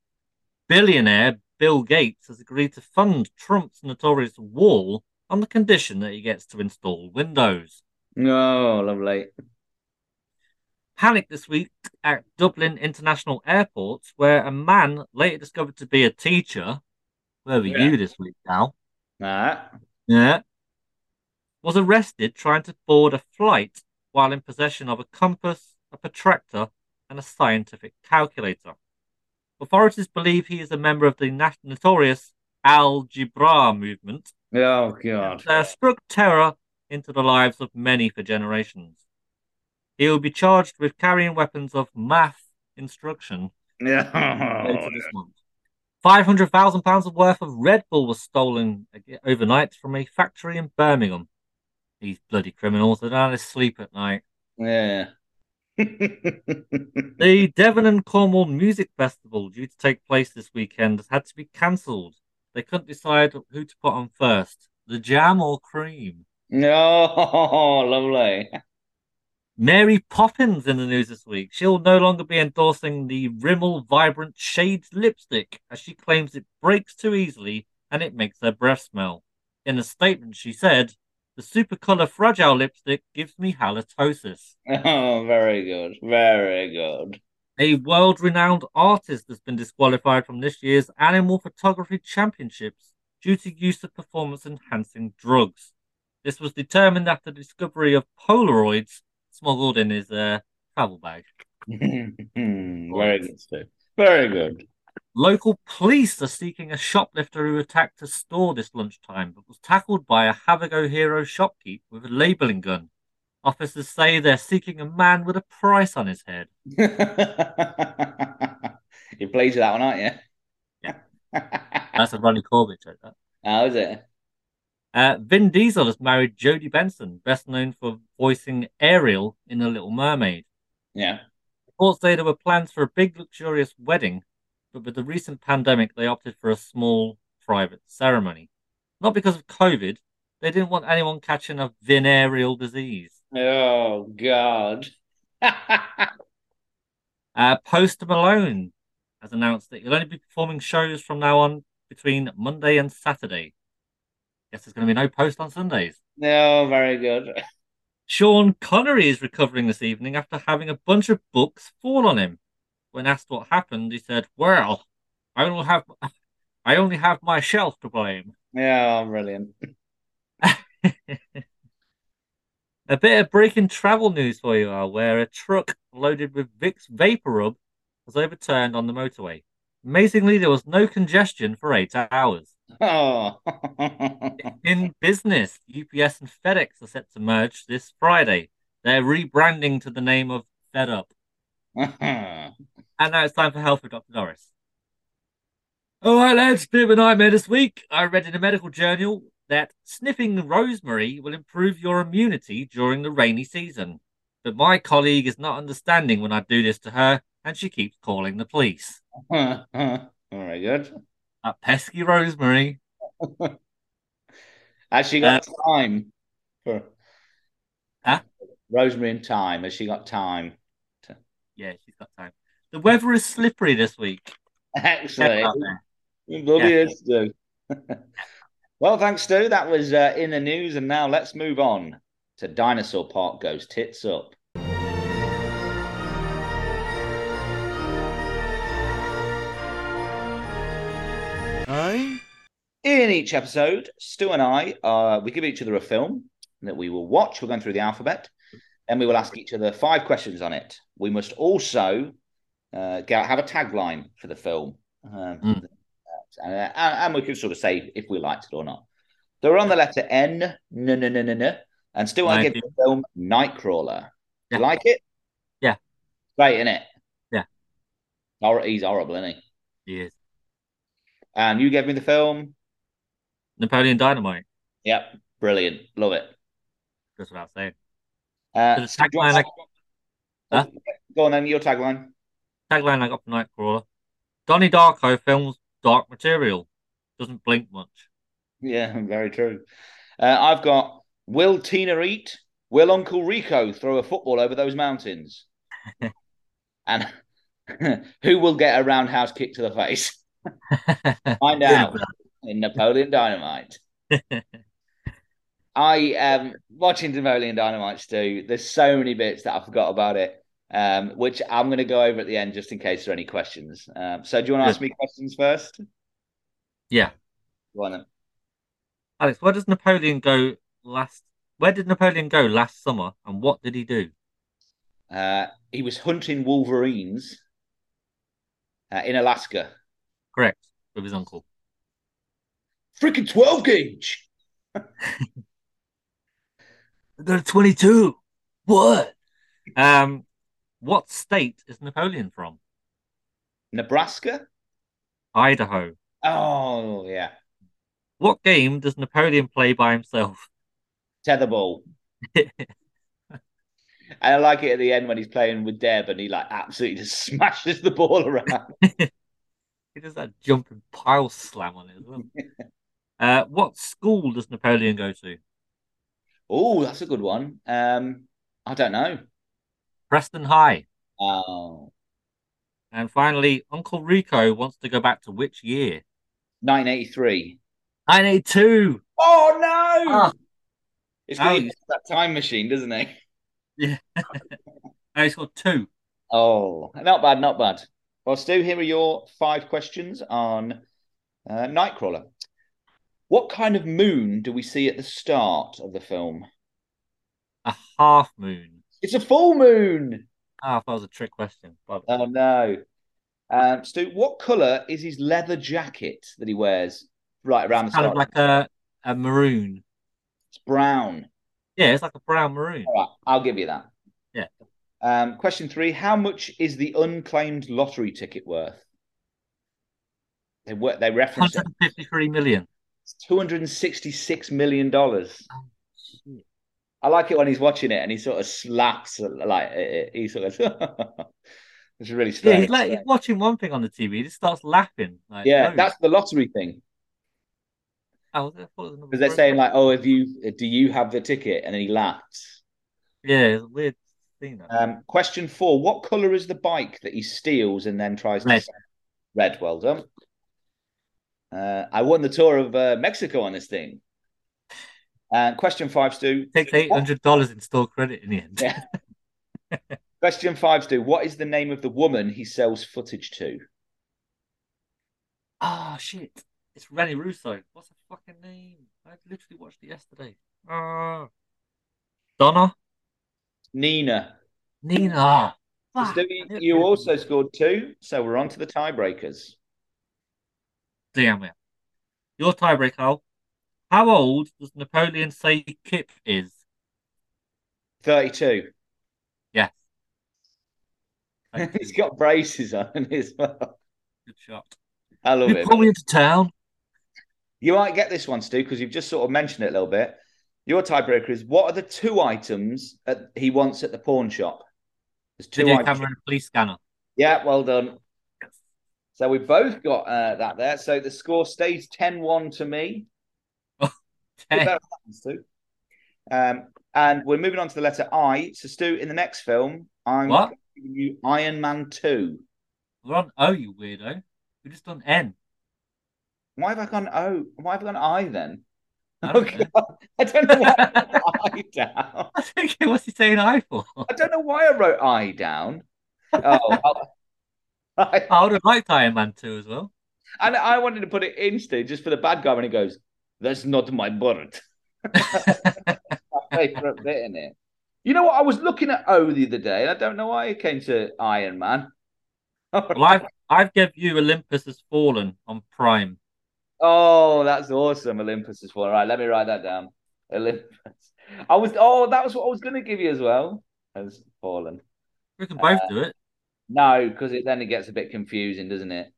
Speaker 2: Billionaire Bill Gates has agreed to fund Trump's notorious wall on the condition that he gets to install Windows.
Speaker 1: Oh, lovely.
Speaker 2: Panic this week at Dublin International Airport, where a man later discovered to be a teacher. Where were
Speaker 1: Yeah.
Speaker 2: you this week, Al?
Speaker 1: All right.
Speaker 2: Yeah. Was arrested trying to board a flight while in possession of a compass, a protractor, and a scientific calculator. Authorities believe he is a member of the nat- notorious Al Jibra movement
Speaker 1: Oh,
Speaker 2: that
Speaker 1: God.
Speaker 2: uh, struck terror into the lives of many for generations. He will be charged with carrying weapons of math instruction
Speaker 1: Oh, Yeah.
Speaker 2: later this month. Five hundred thousand pounds worth of Red Bull was stolen ag- overnight from a factory in Birmingham. These bloody criminals they don't have to sleep at night.
Speaker 1: Yeah.
Speaker 2: The Devon and Cornwall Music Festival, due to take place this weekend, has had to be cancelled. They couldn't decide who to put on first, the jam or cream.
Speaker 1: oh, lovely.
Speaker 2: Mary Poppins in the news this week. She'll no longer be endorsing the Rimmel Vibrant Shade lipstick as she claims it breaks too easily and it makes her breath smell. In a statement, she said, The supercolor fragile lipstick gives me halitosis.
Speaker 1: Oh, very good. Very good.
Speaker 2: A world renowned artist has been disqualified from this year's Animal Photography Championships due to use of performance enhancing drugs. This was determined after the discovery of Polaroids smuggled in his uh, travel bag.
Speaker 1: very good, Stu. Very good.
Speaker 2: Local police are seeking a shoplifter who attacked a store this lunchtime but was tackled by a Havago Hero shopkeep with a labelling gun. Officers say they're seeking a man with a price on his head.
Speaker 1: You're pleased with that one, aren't you? Yeah.
Speaker 2: That's a Ronnie Corbett joke, that.
Speaker 1: How is it?
Speaker 2: Uh, Vin Diesel has married Jodie Benson, best known for voicing Ariel in The Little Mermaid.
Speaker 1: Yeah.
Speaker 2: Reports say there were plans for a big, luxurious wedding, but with the recent pandemic, they opted for a small, private ceremony. Not because of COVID, they didn't want anyone catching a venereal disease.
Speaker 1: Oh, God.
Speaker 2: Uh, Post Malone has announced that he'll only be performing shows from now on between Monday and Saturday. Guess there's going to be no post on Sundays.
Speaker 1: no, very good.
Speaker 2: Sean Connery is recovering this evening after having a bunch of books fall on him. When asked what happened, he said, "Well, I only have I I only have myself to blame.
Speaker 1: Yeah, brilliant.
Speaker 2: A bit of breaking travel news for you, Al, where a truck loaded with Vicks Vapor Rub was overturned on the motorway. Amazingly, there was no congestion for eight hours.
Speaker 1: Oh.
Speaker 2: In business, UPS and FedEx are set to merge this Friday. They're rebranding to the name of FedUp. And now it's time for health with Dr. Norris. All right, lads, bit of a nightmare this week. I read in a medical journal that sniffing rosemary will improve your immunity during the rainy season. But my colleague is not understanding when I do this to her, and she keeps calling the police.
Speaker 1: Very good.
Speaker 2: That pesky rosemary.
Speaker 1: Has she got time for
Speaker 2: Huh?
Speaker 1: Rosemary and time? Has she got time?
Speaker 2: Yeah, she's got time. The weather is slippery this week. Check it out
Speaker 1: Excellent.
Speaker 2: there.
Speaker 1: Bloody is, Stu. well, thanks, Stu. That was uh, in the news, and now let's move on to Dinosaur Park goes tits up. In each episode, Stu and I, uh, we give each other a film that we will watch. We're going through the alphabet, and we will ask each other five questions on it. We must also uh, go- have a tagline for the film, um,
Speaker 2: Mm.
Speaker 1: uh, and, and, and we can sort of say if we liked it or not. They're on the letter N, no, no, no, no, no, and Stu, I give
Speaker 2: Nineteen.
Speaker 1: the film Nightcrawler.
Speaker 2: Yeah.
Speaker 1: You like it?
Speaker 2: Yeah.
Speaker 1: Great, isn't it?
Speaker 2: Yeah.
Speaker 1: Hor- he's horrible, isn't he?
Speaker 2: She is.
Speaker 1: And you gave me the film.
Speaker 2: Napoleon Dynamite.
Speaker 1: Yep, brilliant, love it.
Speaker 2: That's what I was saying.
Speaker 1: Uh, Oh,
Speaker 2: So the tagline I- Huh?
Speaker 1: Go on then, your tagline.
Speaker 2: Tagline I got from Nightcrawler. Donnie Darko films dark material. Doesn't blink much.
Speaker 1: Yeah, very true. Uh, I've got Will Tina eat? Will Uncle Rico throw a football over those mountains? and who will get a roundhouse kick to the face? Find out in Napoleon Dynamite. I um watching Napoleon Dynamite, Stu. There's so many bits that I forgot about it, um, which I'm going to go over at the end just in case there are any questions. Um, so, do you want to
Speaker 2: Yeah.
Speaker 1: ask me questions first?
Speaker 2: Yeah.
Speaker 1: Go on then.
Speaker 2: Alex, where does Napoleon go last? Where did Napoleon go last summer, and what did he do?
Speaker 1: Uh, he was hunting wolverines uh, in Alaska.
Speaker 2: Correct, with his uncle.
Speaker 1: Freaking 12 gauge.
Speaker 2: They're twenty-two. What? Um, what state is Napoleon from?
Speaker 1: Nebraska?
Speaker 2: Idaho.
Speaker 1: Oh, yeah.
Speaker 2: What game does Napoleon play by himself?
Speaker 1: Tetherball. and I like it at the end when he's playing with Deb and he like absolutely just smashes the ball around.
Speaker 2: He does that jumping pile slam on it as well. uh, what school does Napoleon go to?
Speaker 1: oh, that's a good one. Um, I don't know.
Speaker 2: Preston High.
Speaker 1: Oh,
Speaker 2: And finally, Uncle Rico wants to go back to which year?
Speaker 1: 1983.
Speaker 2: 982.
Speaker 1: Oh, no.
Speaker 2: Ah.
Speaker 1: It's going to
Speaker 2: Ouch.
Speaker 1: that time machine, doesn't it?
Speaker 2: No, he scored two.
Speaker 1: Oh, not bad, not bad. Well, Stu, here are your five questions on uh, Nightcrawler. What kind of moon do we see at the start of the film?
Speaker 2: A half moon.
Speaker 1: It's a full moon.
Speaker 2: Ah, that was a trick question. Bob.
Speaker 1: Oh no, um, Stu, what color is his leather jacket that he wears right around the
Speaker 2: kind
Speaker 1: start?
Speaker 2: of like a, a maroon.
Speaker 1: It's brown.
Speaker 2: Yeah, it's like a brown maroon.
Speaker 1: All right, I'll give you that.
Speaker 2: Yeah.
Speaker 1: Um, question three: How much is the unclaimed lottery ticket worth? They were they referenced it.
Speaker 2: 153 million.
Speaker 1: It's two hundred and sixty-six million dollars. I like it when he's watching it and he sort of slaps like eh, eh, he sort of. it's really
Speaker 2: Yeah,
Speaker 1: strange.
Speaker 2: he's, like, he's watching one thing on the TV. He just starts laughing. Like,
Speaker 1: yeah,
Speaker 2: no.
Speaker 1: that's the lottery thing
Speaker 2: I was- I thought it was another
Speaker 1: because they're
Speaker 2: word.
Speaker 1: saying like, "Oh, have you? Do you have the ticket?" And then he laughs.
Speaker 2: Yeah, it's a weird thing. That.
Speaker 1: Um, question four: What color is the bike that he steals and then tries
Speaker 2: Red.
Speaker 1: to sell? Red. Well done. Uh, I won the tour of uh, Mexico on this thing. Uh, question five, Stu.
Speaker 2: Takes eight hundred dollars in store credit in the end.
Speaker 1: Yeah. Question five, Stu. What is the name of the woman he sells footage to?
Speaker 2: Oh shit! It's Rennie Russo. What's her fucking name? I literally watched it yesterday. Uh, Donna?
Speaker 1: Nina.
Speaker 2: Nina. Fuck,
Speaker 1: Stewie,
Speaker 2: I knew it
Speaker 1: you
Speaker 2: was-
Speaker 1: also scored two, so we're on to the tiebreakers.
Speaker 2: Damn it. Your tiebreak, Al. How old does Napoleon say Kip is?
Speaker 1: 32.
Speaker 2: Yes. Thank
Speaker 1: He's
Speaker 2: you.
Speaker 1: got braces on as well.
Speaker 2: Good shot.
Speaker 1: I love
Speaker 2: You
Speaker 1: it.
Speaker 2: call me into town?
Speaker 1: You might get this one, Stu, because you've just sort of mentioned it a little bit. Your tiebreaker is what are the two items that he wants at the pawn shop? There's two
Speaker 2: Video
Speaker 1: items.
Speaker 2: camera and police scanner.
Speaker 1: Yeah, well done. So we both got uh, that there. So the score stays 10 1 to me. Good
Speaker 2: Ten.
Speaker 1: better than Stu. Um, and we're moving on to the letter I. So, Stu, in the next film, I'm
Speaker 2: What?
Speaker 1: giving you Iron Man 2.
Speaker 2: We're on O, you weirdo. We've just done N.
Speaker 1: Why have I gone O? Why have I gone I then?
Speaker 2: I don't
Speaker 1: Oh,
Speaker 2: know.
Speaker 1: God. I don't know why I wrote I down.
Speaker 2: I think what's he saying I for?
Speaker 1: I don't know why I wrote I down. Oh, I'll- I,
Speaker 2: I would have liked Iron Man 2 as well.
Speaker 1: and I wanted to put it in Stu just for the bad guy when he goes, "That's not my bird." my favorite bit in it. You know what? I was looking at O the other day, and I don't know why it came to Iron Man.
Speaker 2: Well, I've, I've given you Olympus Has Fallen on Prime.
Speaker 1: Oh, that's awesome. Olympus is one. All right, let me write that down. Olympus. I was oh, that was what I was gonna give you as well. Has fallen.
Speaker 2: We can
Speaker 1: Uh,
Speaker 2: both do it.
Speaker 1: No, because it then it gets a bit confusing, doesn't it?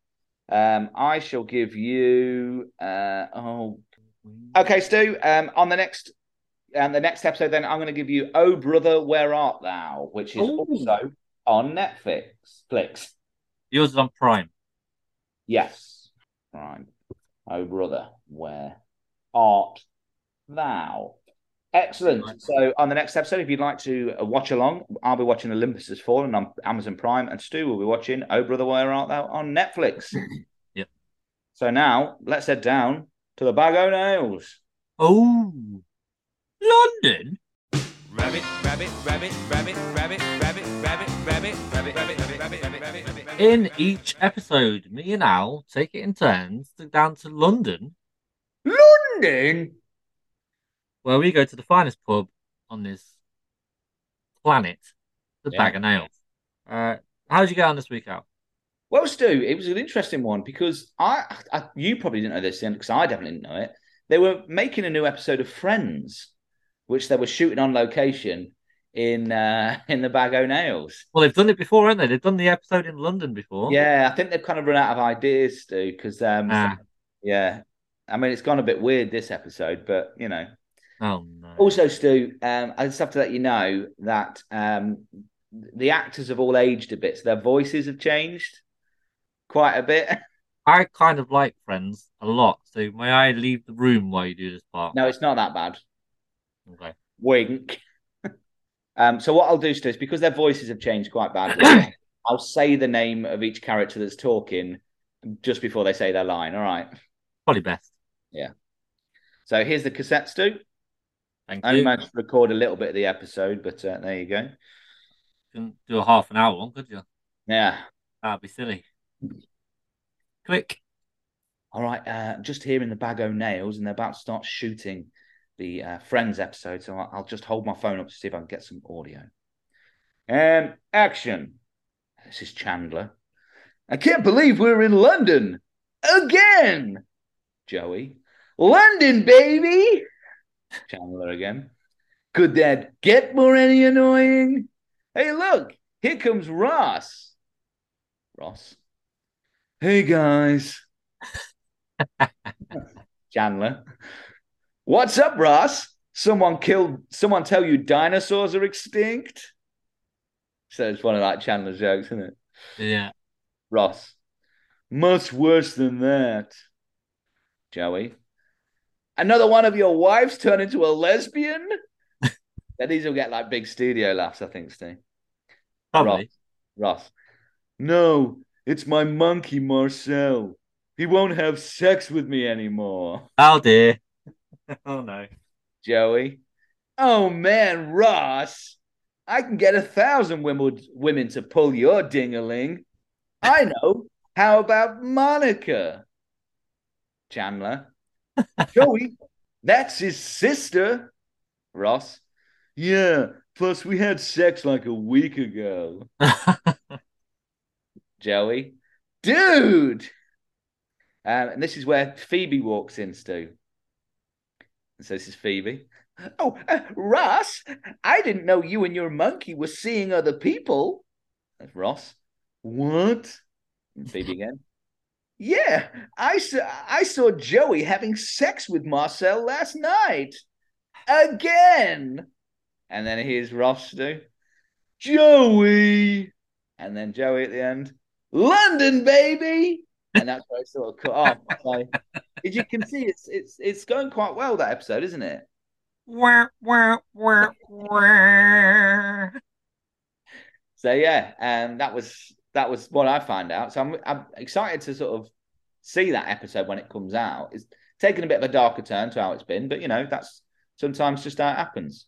Speaker 1: Um, I shall give you uh oh okay, Stu. Um on the next um the next episode, then I'm gonna give you Oh Brother, Where Art Thou? which is
Speaker 2: Ooh.
Speaker 1: also on Netflix. Flicks.
Speaker 2: Yours is on Prime.
Speaker 1: Yes. Right. Oh, brother, where art thou?
Speaker 2: Right.
Speaker 1: Excellent. So, on the next episode, if you'd like to uh, watch along, I'll be watching Olympus Has Fallen on Amazon Prime, and Stu will be watching Oh, Brother, Where Art Thou on Netflix.
Speaker 2: Yep.
Speaker 1: So, now let's head down to the bag o' nails.
Speaker 2: Oh, London?
Speaker 5: Rabbit, rabbit, rabbit, rabbit, rabbit, rabbit, rabbit, rabbit, rabbit, rabbit, rabbit, rabbit, rabbit.
Speaker 2: In each episode, me and Al take it in turns to down to London,
Speaker 1: London.
Speaker 2: where we go to the finest pub on this planet, the
Speaker 1: Yeah.
Speaker 2: Bag of Nails. Uh, how'd you get on this week, Al?
Speaker 1: Well, Stu, it was an interesting one because I, I you probably didn't know this because I definitely didn't know it. They were making a new episode of Friends, which they were shooting on location in uh, in the Bag O' Nails.
Speaker 2: Well, they've done it before, haven't they? They've done the episode in London before.
Speaker 1: Yeah, I think they've kind of run out of ideas, Stu, because um,
Speaker 2: Ah.
Speaker 1: yeah, I mean it's gone a bit weird this episode, but you know.
Speaker 2: Oh, no.
Speaker 1: Also, Stu, um, I just have to let you know that um, the actors have all aged a bit, so their voices have changed quite a bit.
Speaker 2: I kind of like Friends a lot, so may I leave the room while you do this part?
Speaker 1: No, it's not that bad.
Speaker 2: Okay.
Speaker 1: Wink. um, so what I'll do, Stu, is because their voices have changed quite badly, I'll say the name of each character that's talking just before they say their line. All right.
Speaker 2: Probably best.
Speaker 1: So here's the cassette, Stu.
Speaker 2: Thank
Speaker 1: I only
Speaker 2: you.
Speaker 1: managed to record a little bit of the episode, but uh, there you go.
Speaker 2: Couldn't do a half an hour one, could you?
Speaker 1: Yeah.
Speaker 2: That'd be silly. Quick.
Speaker 1: All right. Uh, just hearing the bag o' nails, and they're about to start shooting the uh, Friends episode. So I'll, I'll just hold my phone up to see if I can get some audio. Um, action. This is Chandler. I can't believe we're in London again. Joey. London, baby. Chandler again. Could that get more any annoying? Hey, look, here comes Ross. Ross. Hey, guys. Chandler. What's up, Ross? Someone killed someone tell you dinosaurs are extinct? So it's one of like Chandler's jokes, isn't it?
Speaker 2: Yeah.
Speaker 1: Ross. Much worse than that. Joey. Another one of your wives turned into a lesbian? now these will get like big studio laughs, I think, Steve.
Speaker 2: Probably.
Speaker 1: Ross. No, it's my monkey Marcel. He won't have sex with me anymore.
Speaker 2: Oh dear. oh no.
Speaker 1: Joey. Oh man, Ross, I can get a thousand women women to pull your dingaling. I know. How about Monica? Chandler. Joey, that's his sister. Ross, yeah. Plus, we had sex like a week ago. Joey, dude. Um, and this is where Phoebe walks in, Stu. And so this is Phoebe. Oh, uh, Ross, I didn't know you and your monkey were seeing other people. That's Ross. What? And Phoebe again. Yeah, I saw, I saw Joey having sex with Marcel last night. Again. And then here's Ross do. Joey. And then Joey at the end. London, baby. And that's where I sort of cut off. So, as you can see, it's it's it's going quite well that episode, isn't it?
Speaker 2: Wah, wah, wah, wah.
Speaker 1: So yeah, um, that was that was what I found out. So I'm I'm excited to sort of see that episode when it comes out. It's taken a bit of a darker turn to how it's been, but you know that's sometimes just how it happens.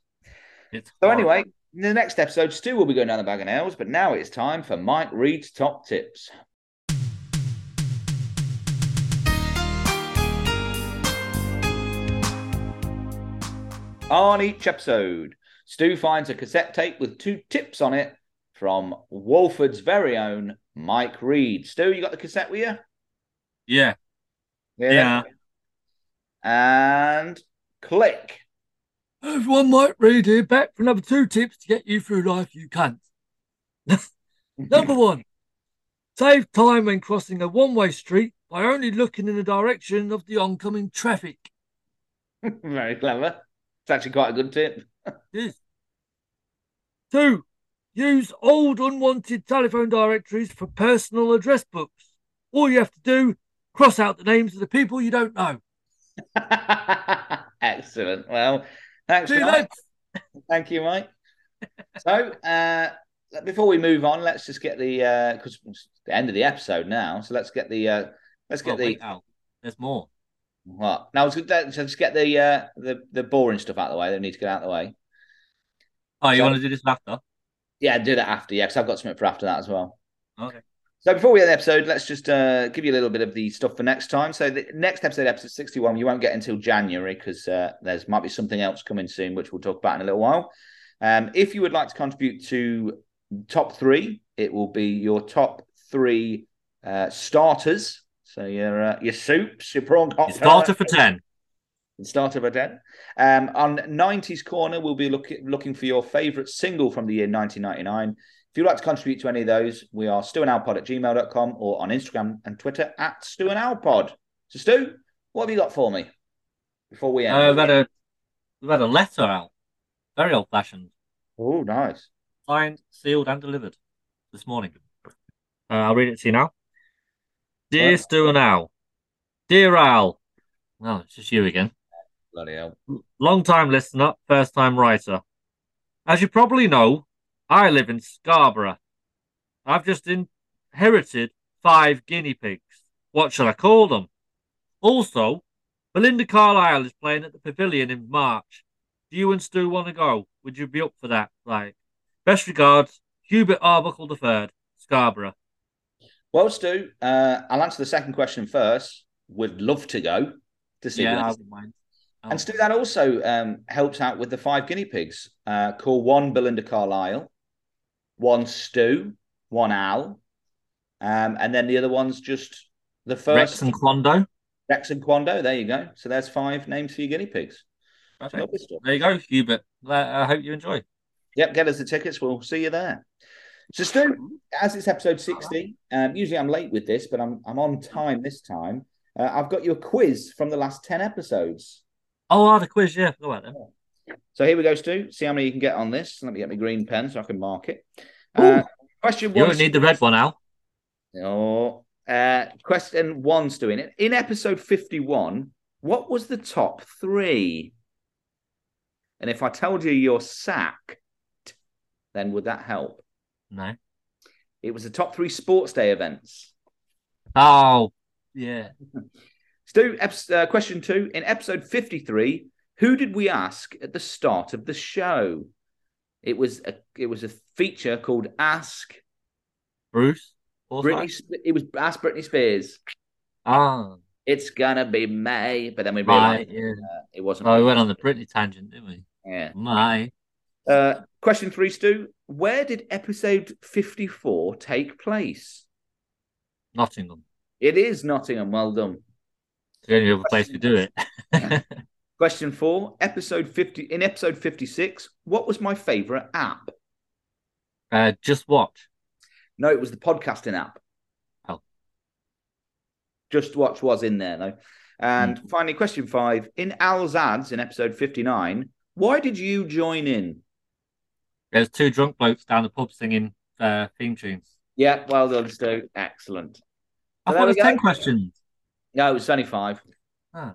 Speaker 2: It's
Speaker 1: So
Speaker 2: horrible.
Speaker 1: anyway, in the next episode, Stu will be going down the bag of nails, but now it's time for Mike Reed's top tips. On each episode, Stu finds a cassette tape with two tips on it from Walford's very own Mike Reed. Stu, you got the cassette with you?
Speaker 2: yeah, yeah.
Speaker 1: And click.
Speaker 2: Everyone might read here back for number two tips to get you through life, you can't. Number one, save time when crossing a one way street by only looking in the direction of the oncoming traffic.
Speaker 1: very clever. It's actually quite a good tip.
Speaker 2: Yes. Two, use old unwanted telephone directories for personal address books. All you have to do, cross out the names of the people you don't know.
Speaker 1: Excellent. Well, thanks.
Speaker 2: See
Speaker 1: for
Speaker 2: that?
Speaker 1: that. Thank you, Mike. so, uh, before we move on, let's just get the because it's the end of the episode now. So let's get the uh, let's get the
Speaker 2: There's more.
Speaker 1: what? No, let's, get that- so let's get the uh, the the boring stuff out of the way. They need to get out of the way.
Speaker 2: Oh, you
Speaker 1: So-
Speaker 2: want to do this after?
Speaker 1: Yeah, do that after. Yeah, because I've got something for after that as well.
Speaker 2: Okay.
Speaker 1: So before we end the episode, let's just uh, give you a little bit of the stuff for next time. So the next episode, episode sixty-one, you won't get until January because uh, there's might be something else coming soon, which we'll talk about in a little while. Um, if you would like to contribute to top three, it will be your top three uh, starters. So your uh, your soups, your prawn uh, cocktail,
Speaker 2: Starter for 10.
Speaker 1: and start of our den. Um, on 90s Corner, we'll be looking looking for your favourite single from the year 1999. If you'd like to contribute to any of those, we are stewandalpod at gmail.com or on Instagram and Twitter at stewandalpod. So, Stu, what have you got for me before we end?
Speaker 2: Uh, we've, had a, we've had a letter out. Very old fashioned.
Speaker 1: oh, nice.
Speaker 2: signed, sealed, and delivered this morning. Uh, I'll read it to you now. Dear
Speaker 1: Right.
Speaker 2: Stu and Al, Dear Al, well, it's just you again.
Speaker 1: Bloody hell.
Speaker 2: Long time listener, first time writer. As you probably know, I live in Scarborough. I've just inherited five guinea pigs. What shall I call them? Also, Belinda Carlisle is playing at the Pavilion in March. Do you and Stu want to go? Would you be up for that? Like, best regards, Hubert Arbuckle III, Scarborough.
Speaker 1: Well, Stu, uh, I'll answer the second question first. Would love to go to see what-
Speaker 2: wouldn't mind. Oh.
Speaker 1: And Stu, that also um, helps out with the five guinea pigs. Uh, call one Belinda Carlisle, one Stu, one Al, um, and then the other one's just the first
Speaker 2: Rex and Quando.
Speaker 1: Rex and Quando. There you go. So there's five names for your guinea pigs.
Speaker 2: Perfect.
Speaker 1: Lovely stuff.
Speaker 2: There you go, Hubert. Uh, I hope you enjoy.
Speaker 1: Yep, get us the tickets. We'll see you there. So Stu, as it's episode 60, um, usually I'm late with this, but I'm I'm on time this time. Uh, I've got you a quiz from the last ten episodes.
Speaker 2: Oh, I had a quiz. Yeah, go about them.
Speaker 1: So here we go, Stu. See how many you can get on this. Let me get my green pen so I can mark it. Uh, question
Speaker 2: You
Speaker 1: one.
Speaker 2: don't need the red one, Al.
Speaker 1: Oh, uh, question one's doing it in episode fifty-one. What was the top three? And if I told you you're sacked, then would that help?
Speaker 2: No.
Speaker 1: It was the top three sports day events.
Speaker 2: Oh, yeah.
Speaker 1: Stu, eps- uh, question two. In episode 53, who did we ask at the start of the show? It was a it was a feature called Ask
Speaker 2: Bruce. Forsyth?
Speaker 1: Britney. Sp- It was Ask Britney Spears.
Speaker 2: Ah,
Speaker 1: it's gonna be May, but then we
Speaker 2: Right,
Speaker 1: realized
Speaker 2: yeah.
Speaker 1: it wasn't.
Speaker 2: Oh, we went on the Britney tangent, didn't we?
Speaker 1: Yeah.
Speaker 2: My.
Speaker 1: Uh, question three, Stu. Where did episode 54 take place?
Speaker 2: Nottingham.
Speaker 1: It is Nottingham. Well done.
Speaker 2: It's the only other place to do it.
Speaker 1: Question four, episode 50. In episode 56, what was my favorite app?
Speaker 2: uh, just watch.
Speaker 1: No, it was the podcasting app.
Speaker 2: Oh.
Speaker 1: Just Watch was in there, though. And
Speaker 2: Hmm.
Speaker 1: finally, question five. In Al's ads in episode 59, why did you join in?
Speaker 2: There's two drunk blokes down the pub singing uh, theme tunes.
Speaker 1: Yeah, well done, Stu. Excellent.
Speaker 2: I
Speaker 1: So
Speaker 2: thought it
Speaker 1: there
Speaker 2: was
Speaker 1: we go.
Speaker 2: 10 questions.
Speaker 1: No, it was only five.
Speaker 2: Oh.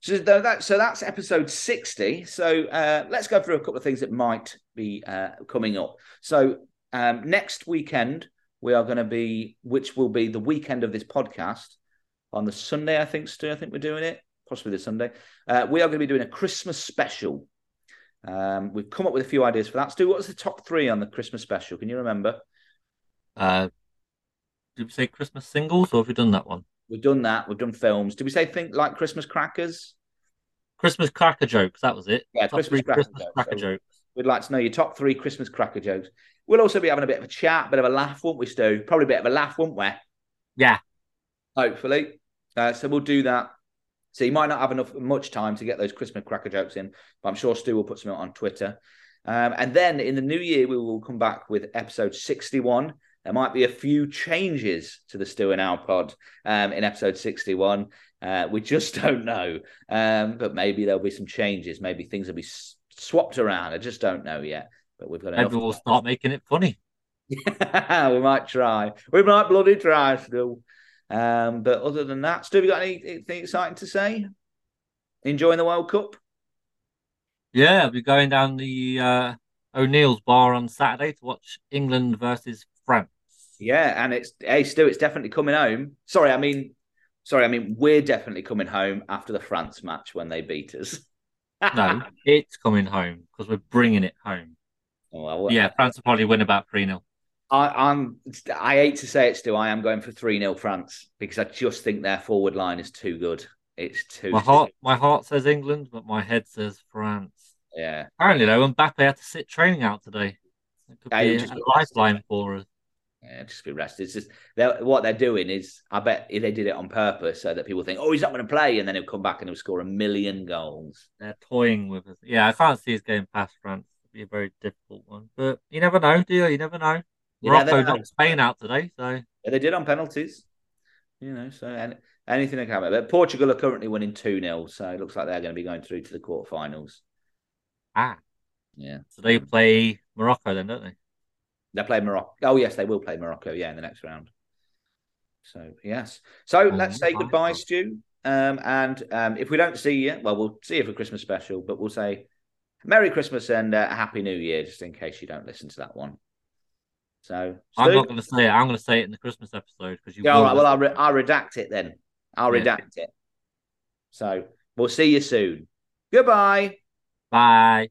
Speaker 1: So, tho- that, so that's episode 60. So uh, let's go through a couple of things that might be uh, coming up. So um, next weekend, we are going to be, which will be the weekend of this podcast on the Sunday, I think, Stu. I think we're doing it, possibly the Sunday. Uh, we are going to be doing a Christmas special. Um, we've come up with a few ideas for that. Stu, what's the top three on the Christmas special? Can you remember?
Speaker 2: Uh, did we say Christmas singles or have we done that one?
Speaker 1: We've done that. We've done films. Did we say think like Christmas crackers?
Speaker 2: Christmas cracker jokes. That was it.
Speaker 1: Yeah,
Speaker 2: Top
Speaker 1: Christmas
Speaker 2: three
Speaker 1: cracker
Speaker 2: Christmas
Speaker 1: jokes.
Speaker 2: cracker
Speaker 1: So-
Speaker 2: jokes.
Speaker 1: We'd like to know your top three Christmas cracker jokes. We'll also be having a bit of a chat, bit of a laugh, won't we, Stu? Probably a bit of a laugh, won't we?
Speaker 2: Yeah.
Speaker 1: Hopefully. Uh, so we'll do that. So you might not have enough much time to get those Christmas cracker jokes in, but I'm sure Stu will put some out on Twitter. Um, and then in the new year, we will come back with episode 61. There might be a few changes to the Stu and Al pod um, in episode 61. Uh, we just don't know. Um, but maybe there'll be some changes. Maybe things will be s- swapped around. I just don't know yet. But we've got enough.
Speaker 2: Maybe we'll start making it funny.
Speaker 1: we might try. We might bloody try still. Um, but other than that, Stu, have you got anything exciting to say? Enjoying the World Cup?
Speaker 2: Yeah, we're going down the uh, O'Neill's bar on Saturday to watch England versus France.
Speaker 1: Yeah, and it's hey Stu, it's definitely coming home. Sorry, I mean, sorry, I mean we're definitely coming home after the France match when they beat us.
Speaker 2: No, it's coming home because we're bringing it home.
Speaker 1: Oh, well,
Speaker 2: Yeah, France will probably win about 3 0.
Speaker 1: I, I'm. I hate to say it, Stu. I am going for three 0 France because I just think their forward line is too good. It's too.
Speaker 2: My heart, my heart says England, but my head says France.
Speaker 1: Yeah.
Speaker 2: Apparently, though, Mbappe had to sit training out today. It could
Speaker 1: Yeah,
Speaker 2: be
Speaker 1: he
Speaker 2: a
Speaker 1: just-
Speaker 2: lifeline for us.
Speaker 1: Yeah, just be rested. It's just they're, what they're doing is, I bet they did it on purpose so that people think, oh, he's not going to play, and then he'll come back and he'll score a million goals.
Speaker 2: They're toying with us. Yeah, I can't see us getting past France. It'd be a very difficult one, but you never know, do you? You never know.
Speaker 1: You
Speaker 2: Morocco
Speaker 1: never know.
Speaker 2: knocked Spain out today, so
Speaker 1: Yeah, they did on penalties, you know. So and anything that can happen. But Portugal are currently winning two 0 so it looks like they're going to be going through to the quarterfinals.
Speaker 2: ah,
Speaker 1: Yeah,
Speaker 2: so they play Morocco then, don't they?
Speaker 1: they play Morocco. Oh yes, they will play Morocco. Yeah, in the next round. So yes, so let's say
Speaker 2: my
Speaker 1: goodbye,
Speaker 2: God.
Speaker 1: Stu. Um, and um, if we don't see you, well, we'll see you for Christmas special, but we'll say Merry Christmas and uh, a Happy New Year, just in case you don't listen to that one. So
Speaker 2: I'm
Speaker 1: Stu?
Speaker 2: not going to say it. I'm going to say it in the Christmas episode because you.
Speaker 1: Yeah, all
Speaker 2: will
Speaker 1: right. Well, I'll,
Speaker 2: listen.
Speaker 1: re- I'll redact it then. I'll
Speaker 2: Yeah.
Speaker 1: redact it. So we'll see you soon. Goodbye.
Speaker 2: Bye.